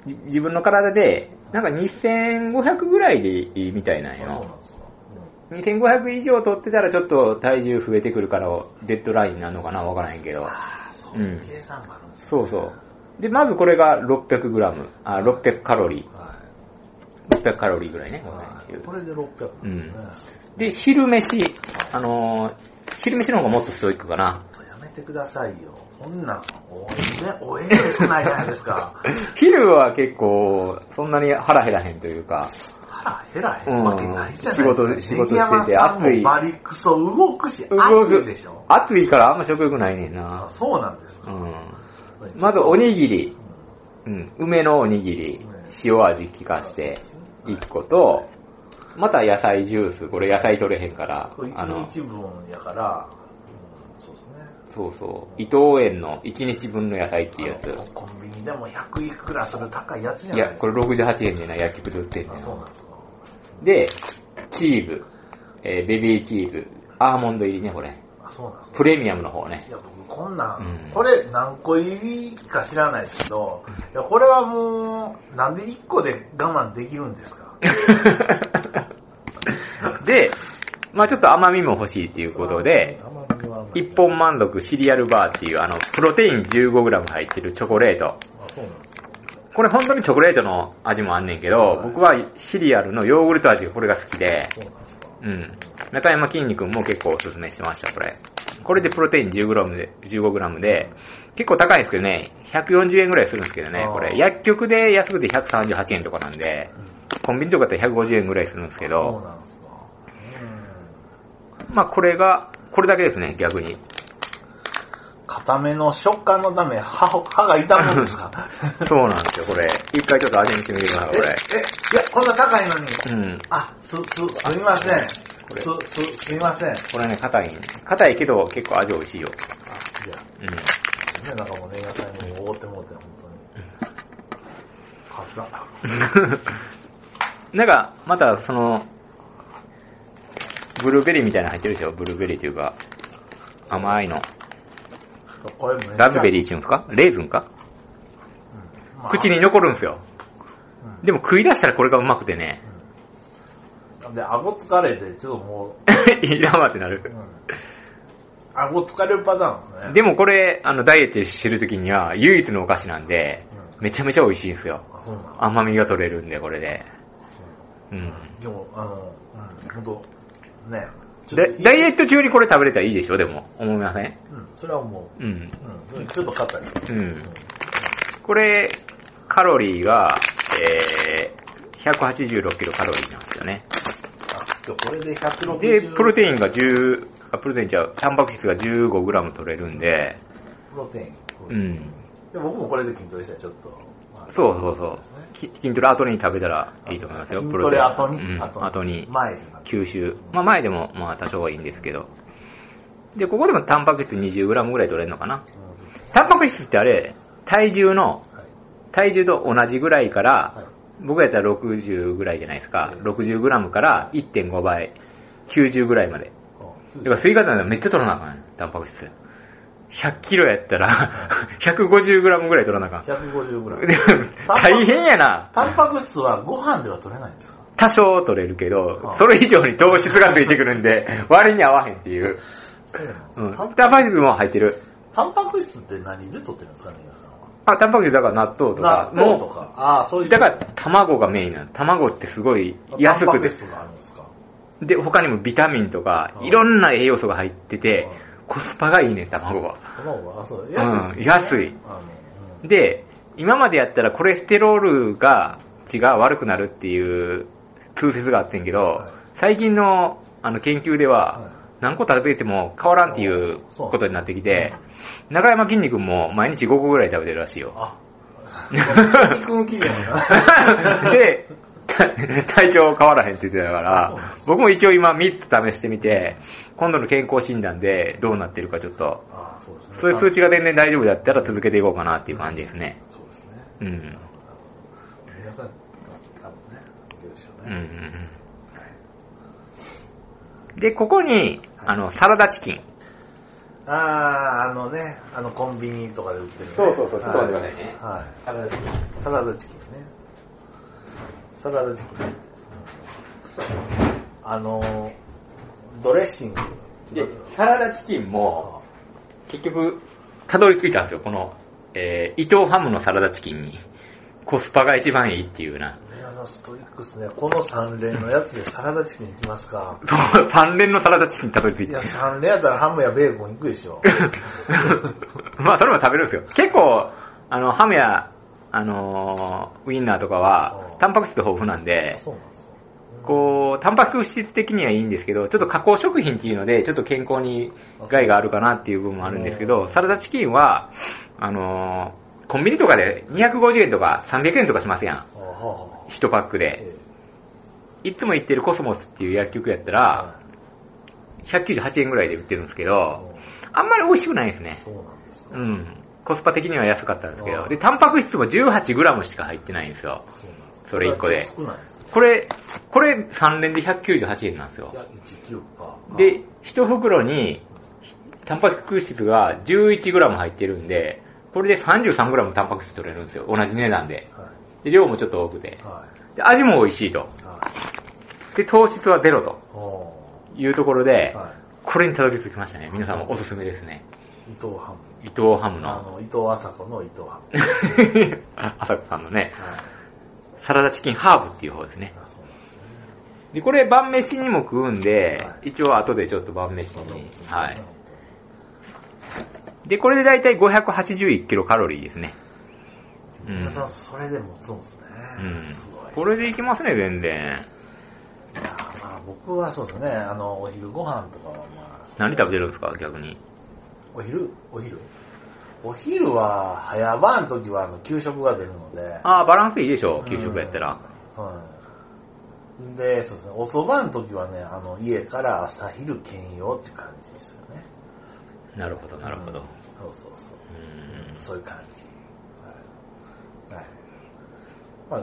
Speaker 1: じ自分の体で、なんか2500ぐらいでいいみたいなん
Speaker 2: あそう
Speaker 1: よ。
Speaker 2: なんですか。
Speaker 1: 2500以上取ってたらちょっと体重増えてくるから、デッドラインなのかなわからへんけ
Speaker 2: うん、
Speaker 1: ど。
Speaker 2: ああ、そういう計算があるんですね。
Speaker 1: そうそう。で、まずこれが 600g、あ、600カロリ
Speaker 2: は
Speaker 1: ー、600カロリーぐらいね
Speaker 2: い。。はい。これで600
Speaker 1: う
Speaker 2: なん
Speaker 1: ん
Speaker 2: ですね。
Speaker 1: で、昼飯、あのー昼飯の方がもっとストイックか な。
Speaker 2: ちょっとやめてくださいよ。こんなん、応援ね、応援しないじゃないですか。
Speaker 1: 昼は結構、そんなに腹減らへんというか、
Speaker 2: 腹減らへんわけないじゃないですか。
Speaker 1: うん仕事仕事してて
Speaker 2: ネギ山さんも
Speaker 1: 暑い
Speaker 2: バリクソ動くし、
Speaker 1: 動
Speaker 2: 暑い
Speaker 1: く
Speaker 2: でしょ。。
Speaker 1: 暑いからあんま食欲ないねん
Speaker 2: あ
Speaker 1: な。
Speaker 2: そうなんです
Speaker 1: う
Speaker 2: か。
Speaker 1: ん。まずおにぎり、うん、梅のおにぎり、塩味効かして、1個と、また野菜ジュース、これ野菜取れへんから
Speaker 2: これ、一
Speaker 1: あの、
Speaker 2: 日分やから、うんそうですね。
Speaker 1: そうそう。伊藤園の1日分の野菜っていうや
Speaker 2: あの
Speaker 1: つ。
Speaker 2: コンビニでも100いくらする高いやつじゃ
Speaker 1: い
Speaker 2: ない
Speaker 1: や、
Speaker 2: です
Speaker 1: こ
Speaker 2: か。
Speaker 1: れ68円でな、薬局で売ってんね
Speaker 2: あ
Speaker 1: ん
Speaker 2: そうなんですか。
Speaker 1: で、チーズ、えーベビーチーズ、アーモンド入りね、これ。
Speaker 2: あ、そうなんですか。
Speaker 1: プレミアムの方ね
Speaker 2: い。や、僕こんなん、
Speaker 1: うん
Speaker 2: これ何個入りか知らないですけど、いや、これはもう、なんで1個で我慢できるんですか
Speaker 1: で、まあちょっと甘みも欲しいっていうことで、
Speaker 2: あんまり言わない
Speaker 1: 一本満足シリアルバーっていう、あの、プロテイン 15g 入ってるチョコレート。
Speaker 2: あ、そうなんですか。
Speaker 1: これ本当にチョコレートの味もあんねんけど、僕はシリアルのヨーグルト味がこれが好きで、
Speaker 2: そうなんですか。
Speaker 1: うん。中山きんに君も結構おすすめしてました、これ。これでプロテイン 10g で、15g で、結構高いんですけどね、140円ぐらいするんですけどね
Speaker 2: あ、ー
Speaker 1: これ。薬局で安くて138円とかなんで、コンビニとかだって150円ぐらいするんですけ
Speaker 2: そう
Speaker 1: ど、
Speaker 2: なんですか。
Speaker 1: まあこれが、これだけですね、逆に。
Speaker 2: うん。固めの食感のため、歯を、歯が痛むんですか
Speaker 1: そうなんですよ、これ。一回ちょっと味見してみてください、これ。
Speaker 2: え、いや、こんな高いのに。
Speaker 1: うん。
Speaker 2: あ、す、す、すみません。
Speaker 1: これ
Speaker 2: す、す、すみません。あ、
Speaker 1: これね、硬い。硬いけど結構味美味しいよ。
Speaker 2: じゃ
Speaker 1: うん。
Speaker 2: あ、ね、なんかもうね、野菜に覆ってもうて、本当に。かすだ。
Speaker 1: なんか、また、その、ブルーベリーみたいなの入ってるでしょブルーベリーというか、甘いの。
Speaker 2: これもね、
Speaker 1: ラズベリーっていうんですかレーズンか
Speaker 2: うん、まあ
Speaker 1: 口に。残るんですよ。
Speaker 2: うん
Speaker 1: でも食い出したらこれがうまくてね、
Speaker 2: で、顎疲れて、ちょっとも
Speaker 1: いいなってな
Speaker 2: う、う
Speaker 1: る。
Speaker 2: ん。顎疲れるパターンですね。
Speaker 1: でもこれ、あの、ダイエットしてる時には唯一のお菓子なんで、めちゃめちゃ美味しいんですよ。
Speaker 2: あ、そうなの。
Speaker 1: 甘みが取れるんで、これで。うん。
Speaker 2: でも、あの、うん、ほんと、ね。ちょっ
Speaker 1: で
Speaker 2: と
Speaker 1: ダイエット中にこれ食べれたらいいでしょでも。思いません
Speaker 2: うん、それはも
Speaker 1: うん
Speaker 2: う、。うん、ちょっと硬い。
Speaker 1: うん。これ、カロリーが、えー、186キロカロリーなんですよね。
Speaker 2: あこれで160
Speaker 1: で、プロテインが10、あ、プロテインじゃう、タンパク質が15グラム取れるんで、
Speaker 2: プロテ
Speaker 1: う
Speaker 2: イン。
Speaker 1: ん。
Speaker 2: で僕もこれで筋トレしたらちょっと。まあ
Speaker 1: そうそうそう
Speaker 2: ですね。
Speaker 1: き筋トレ後に食べたらいいと思いますよ、
Speaker 2: 筋
Speaker 1: プ
Speaker 2: ト
Speaker 1: ロテ
Speaker 2: レ
Speaker 1: イン。
Speaker 2: 後に、
Speaker 1: うん、後に。
Speaker 2: 前じゃなくて
Speaker 1: 吸収。まあ前でも、まあ多少はいいんですけど。で、ここでもタンパク質 20g ぐらい取れるのかな。
Speaker 2: う
Speaker 1: タンパク質ってあれ、体重の、
Speaker 2: んはい
Speaker 1: 体重と同じぐらいから、
Speaker 2: はい
Speaker 1: 僕やったら60ぐらいじゃないですか。
Speaker 2: うん
Speaker 1: 60g から1.5倍、90ぐらいまで。だからスイカなんてめっちゃ取らなあかん、タンパク質。100キロやったら、150g ぐらい取らなあかん。
Speaker 2: 150グラム
Speaker 1: で。大変やな。
Speaker 2: タンパク質はご飯では取れないんですか
Speaker 1: 多少取れるけ
Speaker 2: あ
Speaker 1: ど
Speaker 2: あ、
Speaker 1: それ以上に糖質がついてくるん で、割に合わへんっていう。
Speaker 2: そうなんです
Speaker 1: う
Speaker 2: か
Speaker 1: ん。
Speaker 2: タ
Speaker 1: タ
Speaker 2: ン
Speaker 1: ンパク質も入ってる。
Speaker 2: タンパク質って何で取ってるんですかね、皆さんは。
Speaker 1: あ、タンパク質だから納豆とか。
Speaker 2: 納豆とか。ああ、そ
Speaker 1: も
Speaker 2: ういう。
Speaker 1: うだから卵がメインなの。卵ってすごい安
Speaker 2: タン
Speaker 1: く
Speaker 2: パク
Speaker 1: て。
Speaker 2: 質があるんですか
Speaker 1: で、他にもビタミンとか
Speaker 2: あ、あ
Speaker 1: いろんな栄養素が入ってて
Speaker 2: あ、
Speaker 1: コスパがいいね、卵は。
Speaker 2: 卵は、あそう、
Speaker 1: うん安い
Speaker 2: あのうん
Speaker 1: で、今までやったらコレステロールが、血が悪くなるっていう通説があってんけど、
Speaker 2: はい
Speaker 1: 最近のあの研究では、
Speaker 2: はい
Speaker 1: 何個食べても変わらんっていう
Speaker 2: そう
Speaker 1: ことになってきて、中山筋肉も毎日5個ぐらい食べてるらしいよ。
Speaker 2: あ、筋肉基準 が。
Speaker 1: で、た体調変わらへんって言ってたか
Speaker 2: あそうなん
Speaker 1: ら
Speaker 2: です、
Speaker 1: 僕も一応今3つ試してみて、今度の健康診断でどうなってるかちょっと、
Speaker 2: ああ、そうですね。
Speaker 1: そういう数値が全然大丈夫だったら続けていこうかなっていう感じですね。
Speaker 2: そうですね。
Speaker 1: うん。
Speaker 2: 皆さん、多分ね、どうでしょう
Speaker 1: うんう
Speaker 2: ね。
Speaker 1: んうんで、ここに、あの、サラダチキン。
Speaker 2: ああ、あのね、あのコンビニとかで売ってるね。はい。
Speaker 1: いね
Speaker 2: は
Speaker 1: サラダチキン。
Speaker 2: い。サラダチキンね。サラダチキン。うんあの、ドレッシング。
Speaker 1: で、サラダチキンも、結局、たどり着いたんですよ。この、えー、伊藤ハムのサラダチキンに。コスパが一番いいっていうな。
Speaker 2: 皆さんストイックですね。この3連のやつでサラダチキンいきますか。
Speaker 1: そう三連のサラダチキンにたどり着い
Speaker 2: いや、
Speaker 1: た。
Speaker 2: 3連やったらハムやベーコンいくで しょ。
Speaker 1: まあ、それも食べるんですよ。結構、あの、ハムや、あのーウインナーとか
Speaker 2: う
Speaker 1: は
Speaker 2: ん、
Speaker 1: タンパク質豊富なんで、
Speaker 2: そうなんですか。
Speaker 1: こう、タンパク質的にはいいんですけど、ちょっと加工食品っていうので、ちょっと健康に害があるかなっていう部分もあるんですけ
Speaker 2: う
Speaker 1: ど、
Speaker 2: ん
Speaker 1: サラダチキンは、あのーコンビニとかで250円とか300円とかしますやん。
Speaker 2: あはあはあ
Speaker 1: 1パックで。
Speaker 2: え
Speaker 1: いつも行ってるコスモスっていう薬局やった
Speaker 2: え
Speaker 1: ら、198円ぐらいで売ってるんですけど、
Speaker 2: はい
Speaker 1: あんまり美味しくないですね。
Speaker 2: そうなんですか。
Speaker 1: うん。コスパ的には安かったんですけ
Speaker 2: う
Speaker 1: ど。
Speaker 2: ん
Speaker 1: で、タンパク質も 18g しか入ってないんですよ。
Speaker 2: そうなんですか
Speaker 1: それ一個で
Speaker 2: 少ないですね。
Speaker 1: これ、これ3連で198円なんですよ
Speaker 2: い。や、1キロか。
Speaker 1: で、一袋に、タンパク質が 11g 入ってるんで、これで 33g タンパク質取れるんですよ。同じ値段で。
Speaker 2: は
Speaker 1: で量もちょっと多くて
Speaker 2: い。。はい。
Speaker 1: で味も美味しいと。
Speaker 2: はい。
Speaker 1: で、糖質はゼロと
Speaker 2: お
Speaker 1: いうところで
Speaker 2: ー、は
Speaker 1: これにたどり着きましたね。皆さんもおすすめですね。
Speaker 2: い。伊藤ハム。
Speaker 1: 伊藤ハム
Speaker 2: あ
Speaker 1: の、
Speaker 2: の、伊藤麻子の伊藤ハム。
Speaker 1: 浅子さんのね、
Speaker 2: はい。
Speaker 1: サラダチキンハーブっていう方ですね。
Speaker 2: あそうなんですね。
Speaker 1: で、これ晩飯にも食うんで、
Speaker 2: は
Speaker 1: 一応後でちょっと晩飯
Speaker 2: そうなん
Speaker 1: に
Speaker 2: です。ね
Speaker 1: はい。で、これでだいたい581キロカロリーですね。うん
Speaker 2: 皆さん、それで持つんですね。
Speaker 1: うん
Speaker 2: すごい。。
Speaker 1: これでいきますね、全然。
Speaker 2: いやーまあ僕はそうですね、あの、お昼ご飯とかはまあ、
Speaker 1: 何食べてるんですか、逆に。
Speaker 2: お昼お昼お昼は、早晩の時は、あの、給食が出るので。
Speaker 1: ああ、バランスいいでしょ、給食やったら。
Speaker 2: うん。はい。で、そうですね、お蕎麦の時はね、あの、家から朝昼兼用って感じですよね。
Speaker 1: なるほど、なるほど。
Speaker 2: うんそうそうそう。
Speaker 1: うん
Speaker 2: そういう感じ。はい。はい。まあ、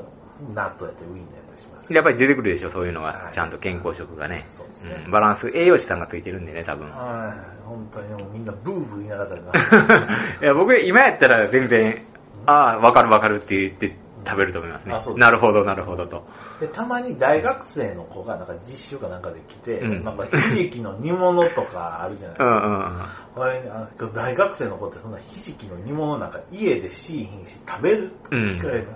Speaker 2: 納豆やってウインナーやったりしますけど
Speaker 1: やっぱり出てくるでしょ、そういうの
Speaker 2: は
Speaker 1: が。
Speaker 2: い
Speaker 1: ちゃんと健康食がね。
Speaker 2: そうですね
Speaker 1: んバランス、栄養士さんがついてるんでね、多分。
Speaker 2: はい。本当にもうみんなブーブー言いながら食べま す
Speaker 1: いや、僕、今やったら全然、ああ、わかるわかるって言って食べると思います
Speaker 2: あそう
Speaker 1: ね。
Speaker 2: です
Speaker 1: なるほど、なるほどと。
Speaker 2: で、たまに大学生の子がなんか実習かなんかで来て、
Speaker 1: うん
Speaker 2: なんかひじきの煮物とかあるじゃないです
Speaker 1: う
Speaker 2: か。
Speaker 1: んうんうん。
Speaker 2: あれあの大学生の子ってそんなひじきの煮物なんか家でしいひんし食べる機会が、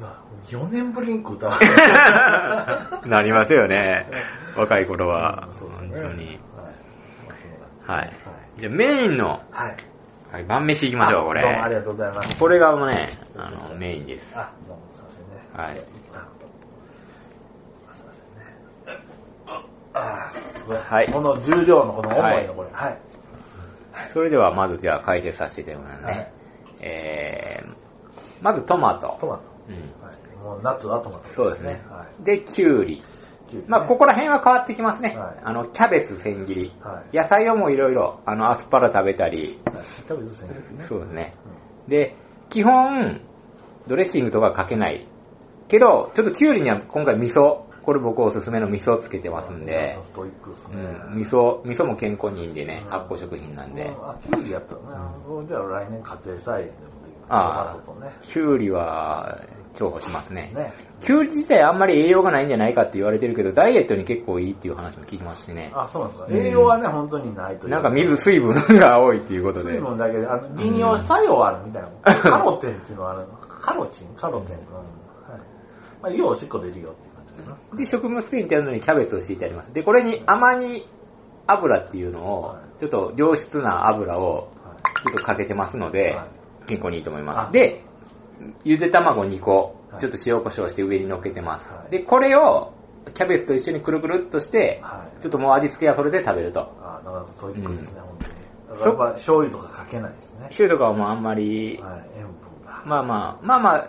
Speaker 2: な4年ぶりに食うたわ
Speaker 1: なりますよね。若い頃は。
Speaker 2: うんそうです
Speaker 1: 本
Speaker 2: ね
Speaker 1: 当に。
Speaker 2: はいまあそんな感
Speaker 1: はい
Speaker 2: は。
Speaker 1: じゃあ、メインの、
Speaker 2: じはい
Speaker 1: はい、晩飯行きましょう、これ。
Speaker 2: どうもありがとうございます。
Speaker 1: これがもうね、あの、メインです。
Speaker 2: あ、どうもすいませんね。
Speaker 1: はい
Speaker 2: 一旦すいませんね。あーすごい。
Speaker 1: はい
Speaker 2: この重量のこの重い
Speaker 1: は
Speaker 2: の、
Speaker 1: い
Speaker 2: これ。はい。
Speaker 1: それでは、まずじゃあ解説させてもらいますね。
Speaker 2: はい
Speaker 1: えー、まずトマト。
Speaker 2: トマ
Speaker 1: うん。
Speaker 2: ト。はい。もう夏はトマト
Speaker 1: そうですね。
Speaker 2: は
Speaker 1: で、キュウリ。
Speaker 2: い。きゅうりね
Speaker 1: まあ、ここら辺は変わってきますね。
Speaker 2: はい
Speaker 1: あの、キャベツ千切り。
Speaker 2: はい。
Speaker 1: 野菜をもういろいろ、あの、アスパラ食べたり。
Speaker 2: はいキャベツ千切りですね。
Speaker 1: そうですね。
Speaker 2: う
Speaker 1: で、基本、ドレッシングとかかけない。けど、ちょっとキュウリには今回味噌、これ僕おすすめの味噌をつけて
Speaker 2: ん
Speaker 1: ますんで、
Speaker 2: ストイックです
Speaker 1: う
Speaker 2: ね。
Speaker 1: ん、味噌、味噌も健康にいいんでね
Speaker 2: う、ん
Speaker 1: 発酵食品なん
Speaker 2: う
Speaker 1: で。
Speaker 2: んあ、キュウリやったらね。じゃあ来年家庭菜園でもできます。
Speaker 1: ああ
Speaker 2: トマトとね。
Speaker 1: キュウリは重宝しますね。
Speaker 2: ね
Speaker 1: キュウリ自体あんまり栄養がないんじゃないかって言われてるけど、ダイエットに結構いいっていう話も聞きますしね。
Speaker 2: あ、そうなんですか。
Speaker 1: うん
Speaker 2: 栄養はね、本当にないという。
Speaker 1: なんか水、水分が多いっていうことで。
Speaker 2: 水分だけで、あの、利尿作用あるみたいな。カロテンっていうのはあるの。カロチンカロテン。うん。はい。まあ、いいおしっこ出るよっていう感じかな。
Speaker 1: で、食物繊維ってやるのにキャベツを敷いてあります。で、これに甘煮油っていうのを
Speaker 2: は、
Speaker 1: ちょっと良質な油を
Speaker 2: はい
Speaker 1: ちょっとかけてますので
Speaker 2: は、
Speaker 1: 健康にいいと思いま
Speaker 2: あ
Speaker 1: す。で、ゆで卵2個
Speaker 2: は、い
Speaker 1: ちょっと塩コショウして上に乗っけてます
Speaker 2: は。い
Speaker 1: で、これをキャベツと一緒にくるくるっとして、
Speaker 2: はい
Speaker 1: ちょっともう味付けはそれで食べると。
Speaker 2: あなかなかストイックですね、本当に。
Speaker 1: そ
Speaker 2: やっぱ醤油とかかけないですね。
Speaker 1: 塩とかはもうあんまり、
Speaker 2: はい、塩分が。
Speaker 1: まあまあ、まあまあ、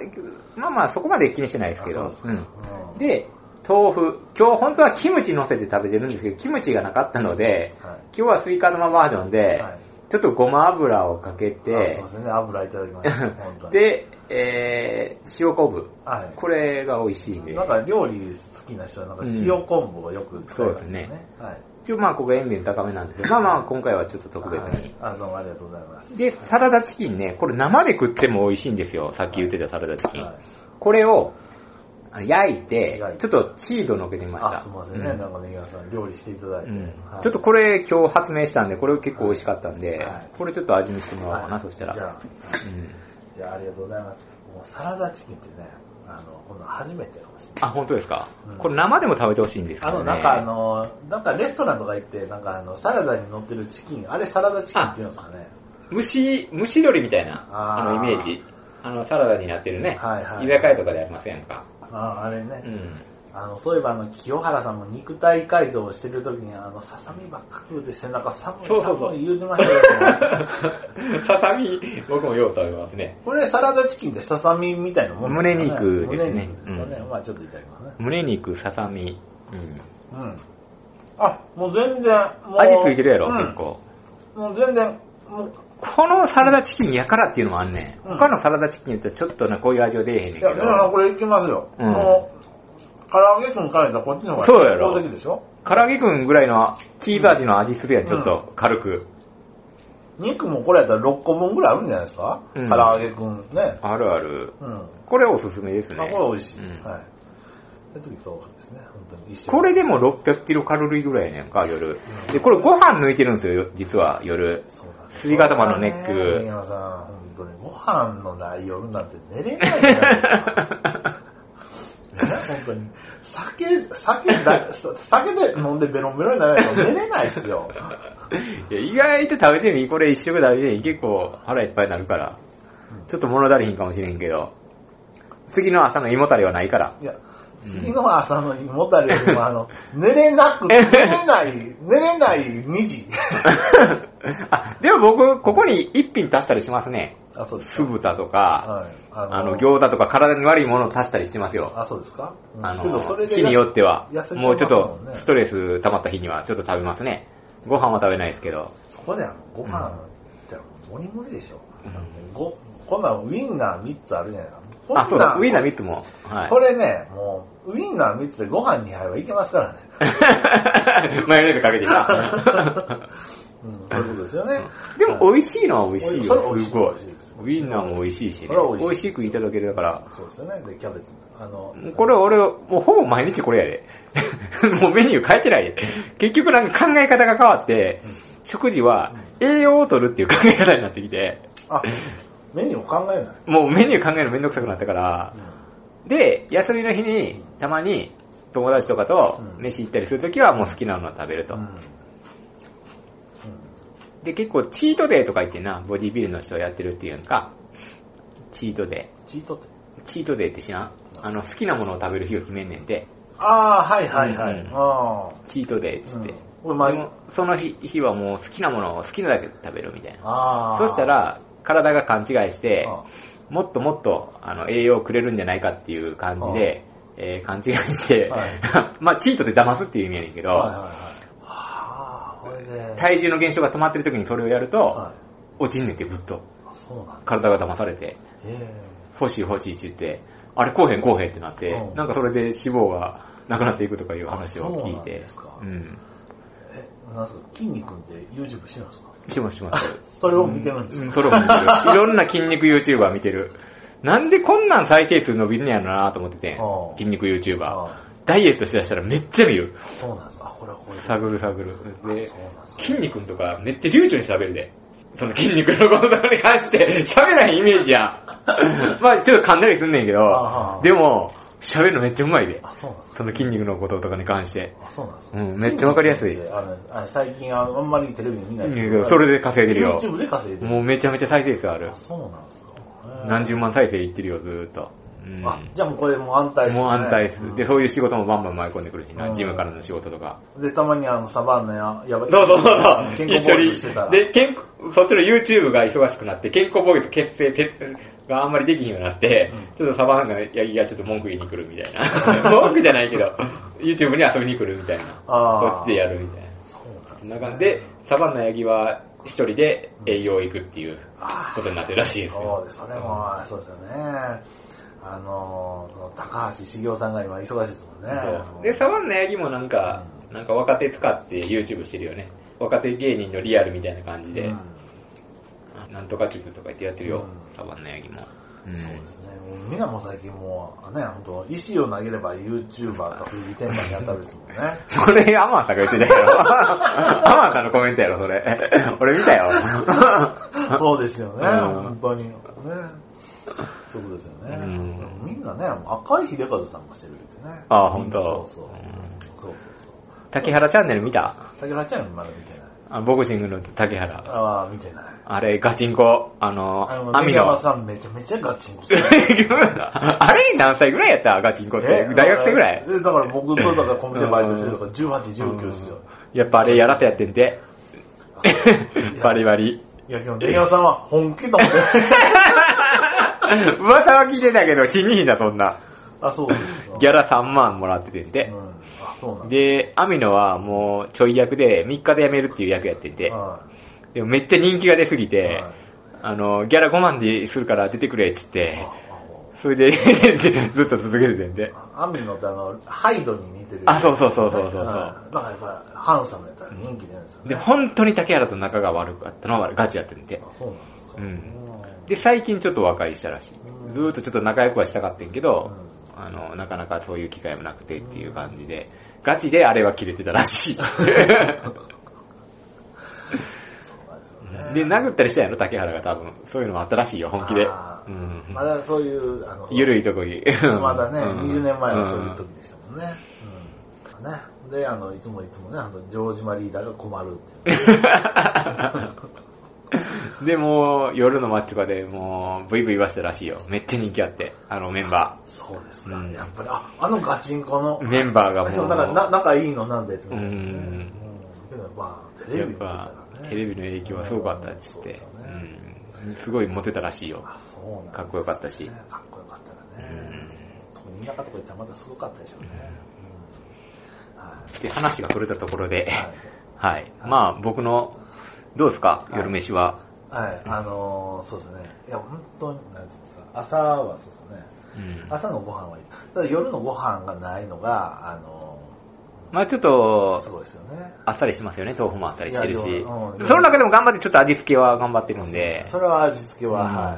Speaker 1: まあまあそこまで気にしてないですけ
Speaker 2: あ
Speaker 1: ど
Speaker 2: そ、う
Speaker 1: う
Speaker 2: です
Speaker 1: ん
Speaker 2: かうん
Speaker 1: で、豆腐。今日本当はキムチ乗せて食べてるんですけど、キムチがなかったので、
Speaker 2: はい
Speaker 1: 今日はスイカ玉バージョンで、
Speaker 2: はい
Speaker 1: ちょっとごま油をかけ
Speaker 2: あすい
Speaker 1: て
Speaker 2: ま、せんね、油いただきました。本当に。
Speaker 1: で、えー、塩昆布。
Speaker 2: はい
Speaker 1: これが美味しいんで。
Speaker 2: なんか料理好きな人は、なんか塩昆布をよく使います
Speaker 1: うんそ
Speaker 2: よね。
Speaker 1: うで
Speaker 2: はい。
Speaker 1: 一応まあここ塩分高めなん ですけど、まあまあ今回はちょっと特別に。
Speaker 2: はいあ、どうもありがとうございます。
Speaker 1: で、サラダチキンね、これ生で食っても美味しいんですよ。さっき言ってたサラダチキン。
Speaker 2: はい
Speaker 1: これをあの焼いて
Speaker 2: 焼い、て
Speaker 1: ちょっとチーズを乗っけてみました。
Speaker 2: あ、すいませんね、
Speaker 1: うん
Speaker 2: なんかね、皆さん料理していただいて。
Speaker 1: うん
Speaker 2: はい
Speaker 1: ちょっとこれ今日発明したんで、これ結構美味しかったんで、
Speaker 2: はい
Speaker 1: これちょっと味見してもらおうかな、
Speaker 2: はい
Speaker 1: そしたら。
Speaker 2: じゃあ
Speaker 1: うん
Speaker 2: じゃあ、ありがとうございます。もうサラダチキンってね、あの、この初めてかもしれない。
Speaker 1: あ、本当ですか、
Speaker 2: うん
Speaker 1: これ生でも食べてほしいんです
Speaker 2: あ
Speaker 1: よね。
Speaker 2: の、なんかあの、なんかレストランとか行って、なんかあの、サラダに乗ってるチキン、あれサラダチキンって言うんですかね。
Speaker 1: 蒸し、蒸し鶏みたいな、
Speaker 2: あ
Speaker 1: あ
Speaker 2: ー
Speaker 1: の、イメージ。あの、サラダになってるね。
Speaker 2: はいはい
Speaker 1: 居酒屋とかでありませんか。
Speaker 2: ああれね、
Speaker 1: うん。
Speaker 2: あの、そういえばあの、清原さんも肉体改造をしてる時に、あの、ささみばっか食うて背中寒い
Speaker 1: そうそうそう
Speaker 2: 寒い言うてましたけど
Speaker 1: ささみ、僕もよう食べますね。
Speaker 2: これサラダチキンってささみみたいなもんですかね
Speaker 1: 胸肉ですね
Speaker 2: 胸肉ですよね。
Speaker 1: うん
Speaker 2: まあちょっといただきますね。
Speaker 1: 胸肉、ささみ。うん。
Speaker 2: うん。あ、もう全然、もう
Speaker 1: 味ついてるやろ、
Speaker 2: うん
Speaker 1: 結構。
Speaker 2: もう全然、もう、
Speaker 1: このサラダチキンやからっていうのもあんね、
Speaker 2: うん
Speaker 1: ん。他のサラダチキンやったらちょっとな、こういう味は出えへんね
Speaker 2: い
Speaker 1: んけ
Speaker 2: や、
Speaker 1: ど。
Speaker 2: でもこれいきますよ。
Speaker 1: うん
Speaker 2: もう、唐揚げくんからしたらこっちの方が
Speaker 1: そうやろ
Speaker 2: 的でしょ
Speaker 1: 唐揚げくんぐらいのチーズ味の味するやん、ちょっと軽く。
Speaker 2: 肉もこれやったら6個分ぐらいあるんじゃないですか、
Speaker 1: うん
Speaker 2: 唐揚げくんね。
Speaker 1: あるある。
Speaker 2: うん。あ、
Speaker 1: これおすすめですね。
Speaker 2: これ美味しい。
Speaker 1: うん
Speaker 2: はい。で次、豆腐ですね。本当に一緒に
Speaker 1: これでも600キロカロリーぐらいやねんか、夜
Speaker 2: うん。
Speaker 1: で、これご飯抜いてるんですよ、実は夜。
Speaker 2: そうなんです
Speaker 1: すり頭のネック
Speaker 2: そうだね宮本さん、本当にご飯のない夜なんて寝れないじゃないで すか。ね、本当に。酒、酒だ、酒で飲んでベロンベロンにならないと寝れないですよ。
Speaker 1: いや、意外と食べてみ、これ一食食べてみ、結構腹いっぱいになるから。ちょっと物足りひんかもしれんけど。次の朝の胃もたれはないから。
Speaker 2: いや、次の朝の胃もたれよ りも、あの、寝れなく、寝れない、寝れない2時。
Speaker 1: あ、でも僕、ここに一品足したりしますね。
Speaker 2: あ、そうです
Speaker 1: 酢
Speaker 2: か。
Speaker 1: 豚とか、
Speaker 2: はい。
Speaker 1: あの、餃子とか体に悪いものを足したりしてますよ。
Speaker 2: あ、そうですか。うん
Speaker 1: あの
Speaker 2: けどそれで
Speaker 1: 日によっては
Speaker 2: 痩せ、て
Speaker 1: もうちょっと
Speaker 2: ますもんね
Speaker 1: ストレス溜まった日にはちょっと食べますね。ご飯は食べないですけど。
Speaker 2: そこであの、ご飯ってのはもう無理無理でしょ。ごこんなんウィンナー3つあるじゃないですか。こんなん
Speaker 1: あ、そうだ、ウィンナー3つも。はい。
Speaker 2: これね、もう、ウィンナー3つでご飯2杯はいけますからね。
Speaker 1: マヨネーズかけてい た。
Speaker 2: うん、そういうことですよね。
Speaker 1: でも美味しいのは美味しいよ、
Speaker 2: それ美味しい
Speaker 1: すごい
Speaker 2: 美味しいです。
Speaker 1: ウィンナーも美味しいしね
Speaker 2: これは美味しい。
Speaker 1: 美味しくいただけるだから。
Speaker 2: そうですよね。で、キャベツ。あの、
Speaker 1: これ俺、もうほぼ毎日これやで。 もうメニュー変えてないで。結局なんか考え方が変わって、食事は栄養を取るっていう考え方になってきて、
Speaker 2: あ、メニューを考えない。
Speaker 1: もうメニュー考えるのめんどくさくなったから、で、休みの日に、たまに、友達とかと
Speaker 2: うん
Speaker 1: 飯行ったりするときはもう好きなのを食べると。
Speaker 2: うんうん
Speaker 1: で、結構チートデーとか言ってな、ボディビルの人をやってるっていうんか、チートデ
Speaker 2: チートって。
Speaker 1: ー。チートデーって知らんあの、好きなものを食べる日を決めんねんて、
Speaker 2: ああ、はいはい
Speaker 1: う
Speaker 2: はい。
Speaker 1: ん
Speaker 2: あ
Speaker 1: チートデーってって。
Speaker 2: うん俺前
Speaker 1: でもその日日はもう好きなものを好きなだけ食べるみたいな。
Speaker 2: あ。ああ。
Speaker 1: そした、ら、体が勘違いして、
Speaker 2: あ
Speaker 1: もっともっとあの栄養をくれるんじゃないかっていう感じで、えー勘違いして、
Speaker 2: はい
Speaker 1: まあチートで騙すっていう意味やねんけど、
Speaker 2: はいはいはい。ああ、これで。
Speaker 1: 体重の減少が止まってる時にそれをやると、
Speaker 2: はい。
Speaker 1: 落ちんねんってぐっと。
Speaker 2: あそうなんだ。
Speaker 1: 体が騙されて、
Speaker 2: え
Speaker 1: 欲しい欲しいって言って、あれ、こうへんこうへんってなって、
Speaker 2: うん
Speaker 1: なんかそれで脂肪がなくなっていくとかいう話を聞い
Speaker 2: あそうなん
Speaker 1: て
Speaker 2: ですか。
Speaker 1: ん。
Speaker 2: え。え、なんすか、筋肉って YouTube してるんですか
Speaker 1: してますしてます。
Speaker 2: それを見てるんです
Speaker 1: う
Speaker 2: よ
Speaker 1: ん、それを見てる。い ろんな筋肉 YouTuber 見てる。なんでこんなん再生数伸びるんやろなと思ってて
Speaker 2: あ、あ
Speaker 1: 筋肉 YouTuber
Speaker 2: あ。あ
Speaker 1: ダイエットしだしたらめっちゃ見る。
Speaker 2: そうなんですか。あ、これはこれで。
Speaker 1: 探る探る。で
Speaker 2: そうなんです、か
Speaker 1: 筋肉とかめっちゃ流暢に喋るで。その筋肉のこととかに関して喋らへんイメージや ん。まあちょっと噛んだりすんねんけ
Speaker 2: あ
Speaker 1: ど
Speaker 2: あ、
Speaker 1: でも喋るのめっちゃうまいで。
Speaker 2: あ、そうなんですか。
Speaker 1: その筋肉のこととかに関して。
Speaker 2: あ、そうなんですか。
Speaker 1: うんめっちゃわかりやすい
Speaker 2: 筋肉ってあのあ最近あのあんまりテレビで見ないです
Speaker 1: うんそれで稼いでるよ
Speaker 2: YouTube で稼いでる。
Speaker 1: もうめちゃめちゃ再生数ある
Speaker 2: あ、。そうなんですか。へえ
Speaker 1: 何十万再生いってるよ、ずーっと。うん
Speaker 2: あ、じゃあもうこれもう安泰ですね。
Speaker 1: もう安泰です、
Speaker 2: うん
Speaker 1: で、そういう仕事もバンバン舞い込んでくるしな、
Speaker 2: うん
Speaker 1: ジムからの仕事とか。
Speaker 2: で、たまにあの、サバンナや、やばい。
Speaker 1: そうそうそうそう、
Speaker 2: 健
Speaker 1: 一
Speaker 2: 康
Speaker 1: 緒
Speaker 2: ボーイ
Speaker 1: に
Speaker 2: ズしてたら。。
Speaker 1: で、健康、そっちの YouTube が忙しくなって、健康ボーイズ結成せがあんまりできひんようになって、ちょっとサバンナが、いやいや、ちょっと文句言いに来るみたい な。文句じゃないけど、YouTube に遊びに来るみたいな。
Speaker 2: あー
Speaker 1: こっちでやるみたいな。
Speaker 2: そうなんです
Speaker 1: そんな感じで、サバンナヤギは一人で営業行くっていう
Speaker 2: あ
Speaker 1: ことになってるらしいです
Speaker 2: そう
Speaker 1: よ。
Speaker 2: です、それも、そうですよね。あの、その高橋茂雄さんが今忙しいですもんね
Speaker 1: そう。で、サバンナヤギもなんか、なんか若手使って YouTube してるよね。若手芸人のリアルみたいな感じで、なんとか塾とか言ってやってるよ、
Speaker 2: うん
Speaker 1: サバンナヤギも。
Speaker 2: うんそうですね。もうみんなも最近もう、ね、本当石を投げれば YouTuber とフジテンパに当たるですもんね。
Speaker 1: それ、アマンさんが言ってたや ろ。アマンさんのコメントやろ、それ。 俺見たよ。
Speaker 2: そうですよね、
Speaker 1: うん
Speaker 2: 本当に。ね。そういうことですよね。
Speaker 1: うん
Speaker 2: みんなね、赤井秀和さんもしてるってね。
Speaker 1: ああ本当
Speaker 2: そうそう。
Speaker 1: うん
Speaker 2: そうそうそう。
Speaker 1: 竹原チャンネル見た
Speaker 2: 竹原ちゃんまだ見てない。
Speaker 1: あボクシングの竹原。
Speaker 2: ああ、見てない。
Speaker 1: あれ、ガチンコ、あの、
Speaker 2: あの、
Speaker 1: 網
Speaker 2: 網
Speaker 1: の
Speaker 2: 山。さんめちゃめちゃガチンコしてる。
Speaker 1: あれ何歳ぐらいやったガチンコって
Speaker 2: え。
Speaker 1: 大学生ぐらい
Speaker 2: えだから僕とだからコンビニでバイトしてるから18、19ですよ。
Speaker 1: やっぱあれやらせやってん て。バリバリ。
Speaker 2: いや、でも、竹山さんは本 気と思って。
Speaker 1: 噂は聞いてたけど、死にひんだ、そんな。
Speaker 2: あ、そうですよ。
Speaker 1: ギャラ3万もらっててん
Speaker 2: う
Speaker 1: て
Speaker 2: ん。。あ、そうなんだ。
Speaker 1: で、アミノはもうちょい役で3日で辞めるっていう役やってて、
Speaker 2: は
Speaker 1: でもめっちゃ人気が出すぎて
Speaker 2: はい、
Speaker 1: あの、ギャラ5万でするから出てくれっつっ
Speaker 2: い。
Speaker 1: て
Speaker 2: あ、
Speaker 1: それで ずっと続けててんで。
Speaker 2: あアミノってあの、ハイドに似てる。
Speaker 1: あ、そうそうそうそうそうそ
Speaker 2: うんだ
Speaker 1: う。
Speaker 2: からやっぱ、ハンサムやったら人気出るんですよね。
Speaker 1: で、本当に竹原と仲が悪かったのはガチやってんて。
Speaker 2: あ、そうなんですか。
Speaker 1: うん
Speaker 2: うん
Speaker 1: で、最近ちょっと和解したらしい
Speaker 2: うん。
Speaker 1: ずーっとちょっと仲良くはしたかったんやけど、あの、なかなかそういう機会もなくてっていう感じで、ガチであれは切れてたらしい。
Speaker 2: そうなんですよね
Speaker 1: で、殴ったりしたんやろ、竹原が多分。そういうのもあったらしいよ、本気で。
Speaker 2: あ
Speaker 1: う
Speaker 2: ー
Speaker 1: ん
Speaker 2: まだそういう、あの、
Speaker 1: ゆるいとこに。
Speaker 2: まだね、
Speaker 1: うん
Speaker 2: 20年前はそういう時でしたもんね。うん。ね。で、あの、いつもいつもね、あの、城島リーダーが困るって いう。
Speaker 1: うんで、もう夜の街とかでもう、ブイブイ言わせたらしいよ。めっちゃ人気あって、あのメンバ
Speaker 2: そうですか。
Speaker 1: うん
Speaker 2: やっぱり、あ、あのガチンコの
Speaker 1: ー。。メンバーが
Speaker 2: あで
Speaker 1: も
Speaker 2: もなんかな
Speaker 1: う、
Speaker 2: 仲いいのなんでって、
Speaker 1: うん
Speaker 2: うんけど、まあ、テレビ
Speaker 1: やっ
Speaker 2: 見てたら
Speaker 1: ぱ
Speaker 2: ね。
Speaker 1: テレビの影響はすごかったっつ
Speaker 2: そ
Speaker 1: っ
Speaker 2: うで
Speaker 1: て
Speaker 2: すよね。、
Speaker 1: うんすごいモテたらしいよ。
Speaker 2: あ、そうなんですね
Speaker 1: かっこよかったし
Speaker 2: かっこよかったら
Speaker 1: う
Speaker 2: ね
Speaker 1: ん。
Speaker 2: 特に田舎とか行ったらまたすごかったでしょうね。うんはい
Speaker 1: で、話がそれたところで、はい、
Speaker 2: はい
Speaker 1: まあ僕の、どうですか、
Speaker 2: はい
Speaker 1: 夜飯は。
Speaker 2: はい、あのー、そうですね。いや、本当に、なんていうんですか、朝はそうですね。
Speaker 1: うん
Speaker 2: 朝のご飯はいい。ただ夜のご飯がないのが、あの
Speaker 1: まあちょっ
Speaker 2: ー、
Speaker 1: と
Speaker 2: す、ごいですよね。
Speaker 1: あっさりしますよね、豆腐もあっさりしてるし。
Speaker 2: いやでもうん
Speaker 1: その中でも頑張ってちょっと味付けは頑張ってるんで、
Speaker 2: それは味付けは、
Speaker 1: うん
Speaker 2: は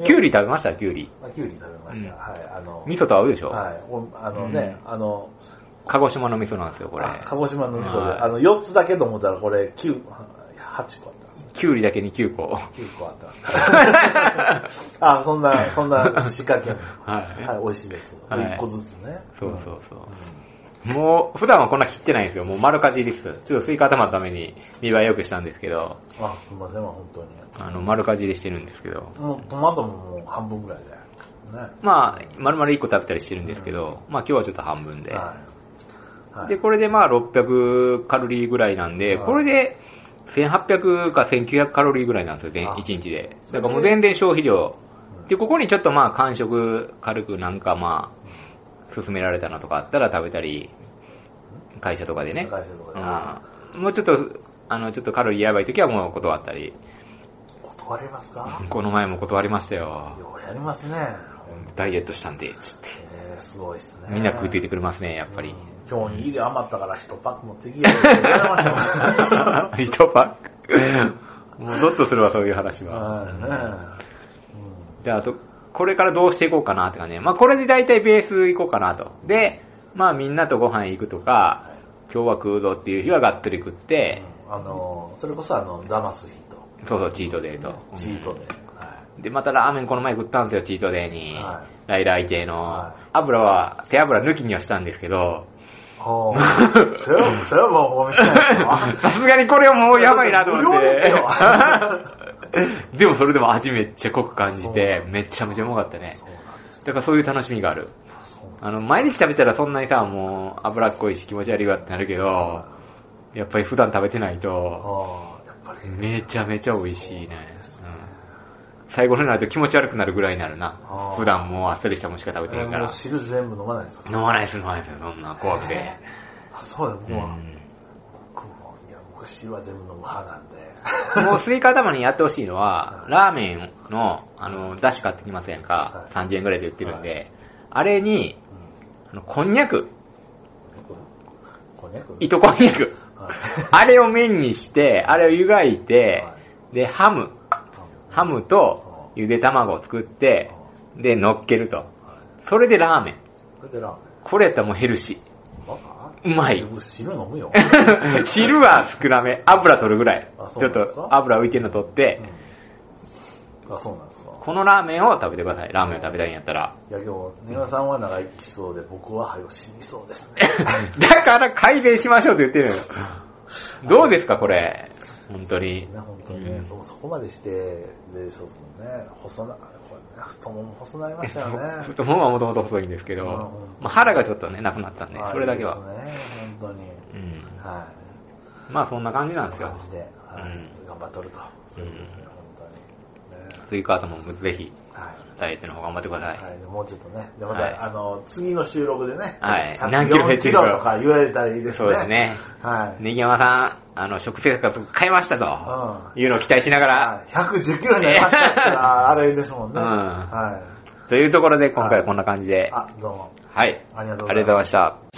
Speaker 2: い。
Speaker 1: きゅうり食べましたきゅうり。
Speaker 2: あきゅうり食べました。はい、あの、
Speaker 1: 味噌と合うでしょ、
Speaker 2: はい、おあのね、あの、
Speaker 1: 鹿児島の味噌なんですよ、これ。
Speaker 2: あ鹿児島の味噌
Speaker 1: はい
Speaker 2: で、あの、4つだけと思ったら、これ、9、8個あったんですよ。
Speaker 1: きゅうりだけに9個。
Speaker 2: 9個あったんですよ あ、そんな、そんな仕掛けも。
Speaker 1: はい
Speaker 2: はい、美味しいです。
Speaker 1: はい
Speaker 2: 1個ずつね。
Speaker 1: そうそうそう。もう、普段はこんな切ってないんですよ。もう丸かじりです。ちょっとスイカ頭のために見栄え良くしたんですけど、
Speaker 2: あ、すいませんわ、本当に。
Speaker 1: あの、丸かじりしてるんですけど、
Speaker 2: もうトマトももう半分ぐらいだよ。ね。
Speaker 1: まあ、丸々1個食べたりしてるんですけど、まあ今日はちょっと半分で。
Speaker 2: はい。はい、
Speaker 1: で、これでまあ600カロリーぐらいなんで、
Speaker 2: はい
Speaker 1: これで1800か1900カロリーぐらいなんですよ、全
Speaker 2: あ
Speaker 1: 1日で。だからもう全然消費量。で、ここにちょっとまあ間食軽くなんかまあ、勧められたのとかあったら食べたり、会社とかでね。
Speaker 2: 会社とかで
Speaker 1: うんもうちょっと、あの、ちょっとカロリーやばい時はもう断ったり。
Speaker 2: 断りますか
Speaker 1: この前も断りましたよ。
Speaker 2: ようやりますね。
Speaker 1: ダイエットしたんで、つって。
Speaker 2: えー、すごいっすね。
Speaker 1: みんな食いついてくれますね、やっぱり
Speaker 2: う。ん今日に入れ余ったから一パック持ってきようって言われましたも んね。
Speaker 1: 一パック。もうゾッとするわ、そういう話は。
Speaker 2: はいね
Speaker 1: で、あと、これからどうしていこうかなって感じで。まあ、これで大体ベース行こうかなと。で、まあ、みんなとご飯行くとか、今日は食うぞっていう日はがっつり食っ
Speaker 2: うん
Speaker 1: て、
Speaker 2: あの、それこそあの、騙す日
Speaker 1: そうそう、チートデーと。
Speaker 2: と、チートで。
Speaker 1: で、またラーメンこの前食ったんですよ、チートデーに。
Speaker 2: は
Speaker 1: ライライ系の
Speaker 2: は。
Speaker 1: 油は、手油抜きにはしたんですけど、
Speaker 2: ほう。それは、それはもうお店ないですか
Speaker 1: さすがにこれはもうやばいなと思っ
Speaker 2: 無料です
Speaker 1: て
Speaker 2: よ。
Speaker 1: でもそれでも味めっちゃ濃く感じて
Speaker 2: そ、う
Speaker 1: めちゃめちゃうまかったね
Speaker 2: そ。うなんです。
Speaker 1: だからそういう楽しみがある。
Speaker 2: そうなんです
Speaker 1: あの、毎日食べたらそんなにさ、もう脂っこいし気持ち悪いわってなるけど、やっぱり普段食べてないと、
Speaker 2: ああ、やっぱり。
Speaker 1: めちゃめちゃ美味しい
Speaker 2: そうな
Speaker 1: ね
Speaker 2: んです。ね
Speaker 1: うん最後になると気持ち悪くなるぐらいになるな
Speaker 2: あ。ー
Speaker 1: 普段もうあっさりしたもんしか食べてないか
Speaker 2: もう
Speaker 1: ら。
Speaker 2: 汁全部飲まないですか
Speaker 1: 飲まないです、飲まないです、そんな怖くて。
Speaker 2: えーあ、そうだ、僕
Speaker 1: うん
Speaker 2: は。僕も、いや、僕は汁は全部飲む派なんで。
Speaker 1: もうスイカ頭にやってほしいのは
Speaker 2: は、い
Speaker 1: ラーメンの、あの、出汁買ってきませんか
Speaker 2: は。い
Speaker 1: 30円ぐらいで売ってるん
Speaker 2: は
Speaker 1: で、あれに、あの、こんにゃく、
Speaker 2: うんこんにゃく
Speaker 1: 糸こんにゃく。
Speaker 2: はい
Speaker 1: あれを麺にして、あれを湯がいて、で、ハム、ハムとゆで卵を作って、で、乗っけると。
Speaker 2: はい
Speaker 1: それでラーメン。
Speaker 2: これでラーメ
Speaker 1: これやったらもうヘルシ
Speaker 2: ン。バカ
Speaker 1: うまい
Speaker 2: 僕汁飲むよ。
Speaker 1: ー。汁は少なめ。油取るぐらい
Speaker 2: あ。そう
Speaker 1: ちょ
Speaker 2: な
Speaker 1: っ
Speaker 2: んですか
Speaker 1: と油浮いてるの取って、
Speaker 2: うんあ、そうなんですか。
Speaker 1: このラーメンを食べてください。ラーメンを食べたいんやった ら。
Speaker 2: いや、今日、根岩さんは長生きしそうで、僕は早死にそう ですね。
Speaker 1: だから改善しましょうと言ってる のよ。どうですか、これ。本当に。
Speaker 2: ね、本当に
Speaker 1: う
Speaker 2: ね
Speaker 1: ん、
Speaker 2: そそこまでして、で、そうそうね、細な、これね太もも細なりましたよね。
Speaker 1: 太ももはもともと細いんですけど、
Speaker 2: うん
Speaker 1: まあ、腹がちょっとね、なくなったんで、
Speaker 2: まあ
Speaker 1: それだけ
Speaker 2: いい
Speaker 1: は。
Speaker 2: ですね、本当に。
Speaker 1: うん。
Speaker 2: は
Speaker 1: まあ、そんな感じなん
Speaker 2: い。
Speaker 1: ですよ
Speaker 2: 感。じで、は
Speaker 1: うん
Speaker 2: い、頑張っとると。そういうことですね、本当に。ね、
Speaker 1: スイカ頭もぜひ、
Speaker 2: はい。
Speaker 1: ダイエットの方頑張ってください。
Speaker 2: はい、もうちょっとね、でまた、
Speaker 1: はい
Speaker 2: あの次の収録でね、
Speaker 1: はい
Speaker 2: 104
Speaker 1: 何キロ減ってるか
Speaker 2: キロとか言われたらいいですね。
Speaker 1: そうですね。
Speaker 2: はい。
Speaker 1: ネギ山さん、あの、食生活変えましたと、いうのを期待しながら、
Speaker 2: はい110キロになりましたから、あれですもんね。
Speaker 1: うん
Speaker 2: は
Speaker 1: というところで今回はこんな感じ
Speaker 2: い。
Speaker 1: で、
Speaker 2: あ、どうも。
Speaker 1: はい。
Speaker 2: ありがとうございま
Speaker 1: あり
Speaker 2: す
Speaker 1: がとうございました。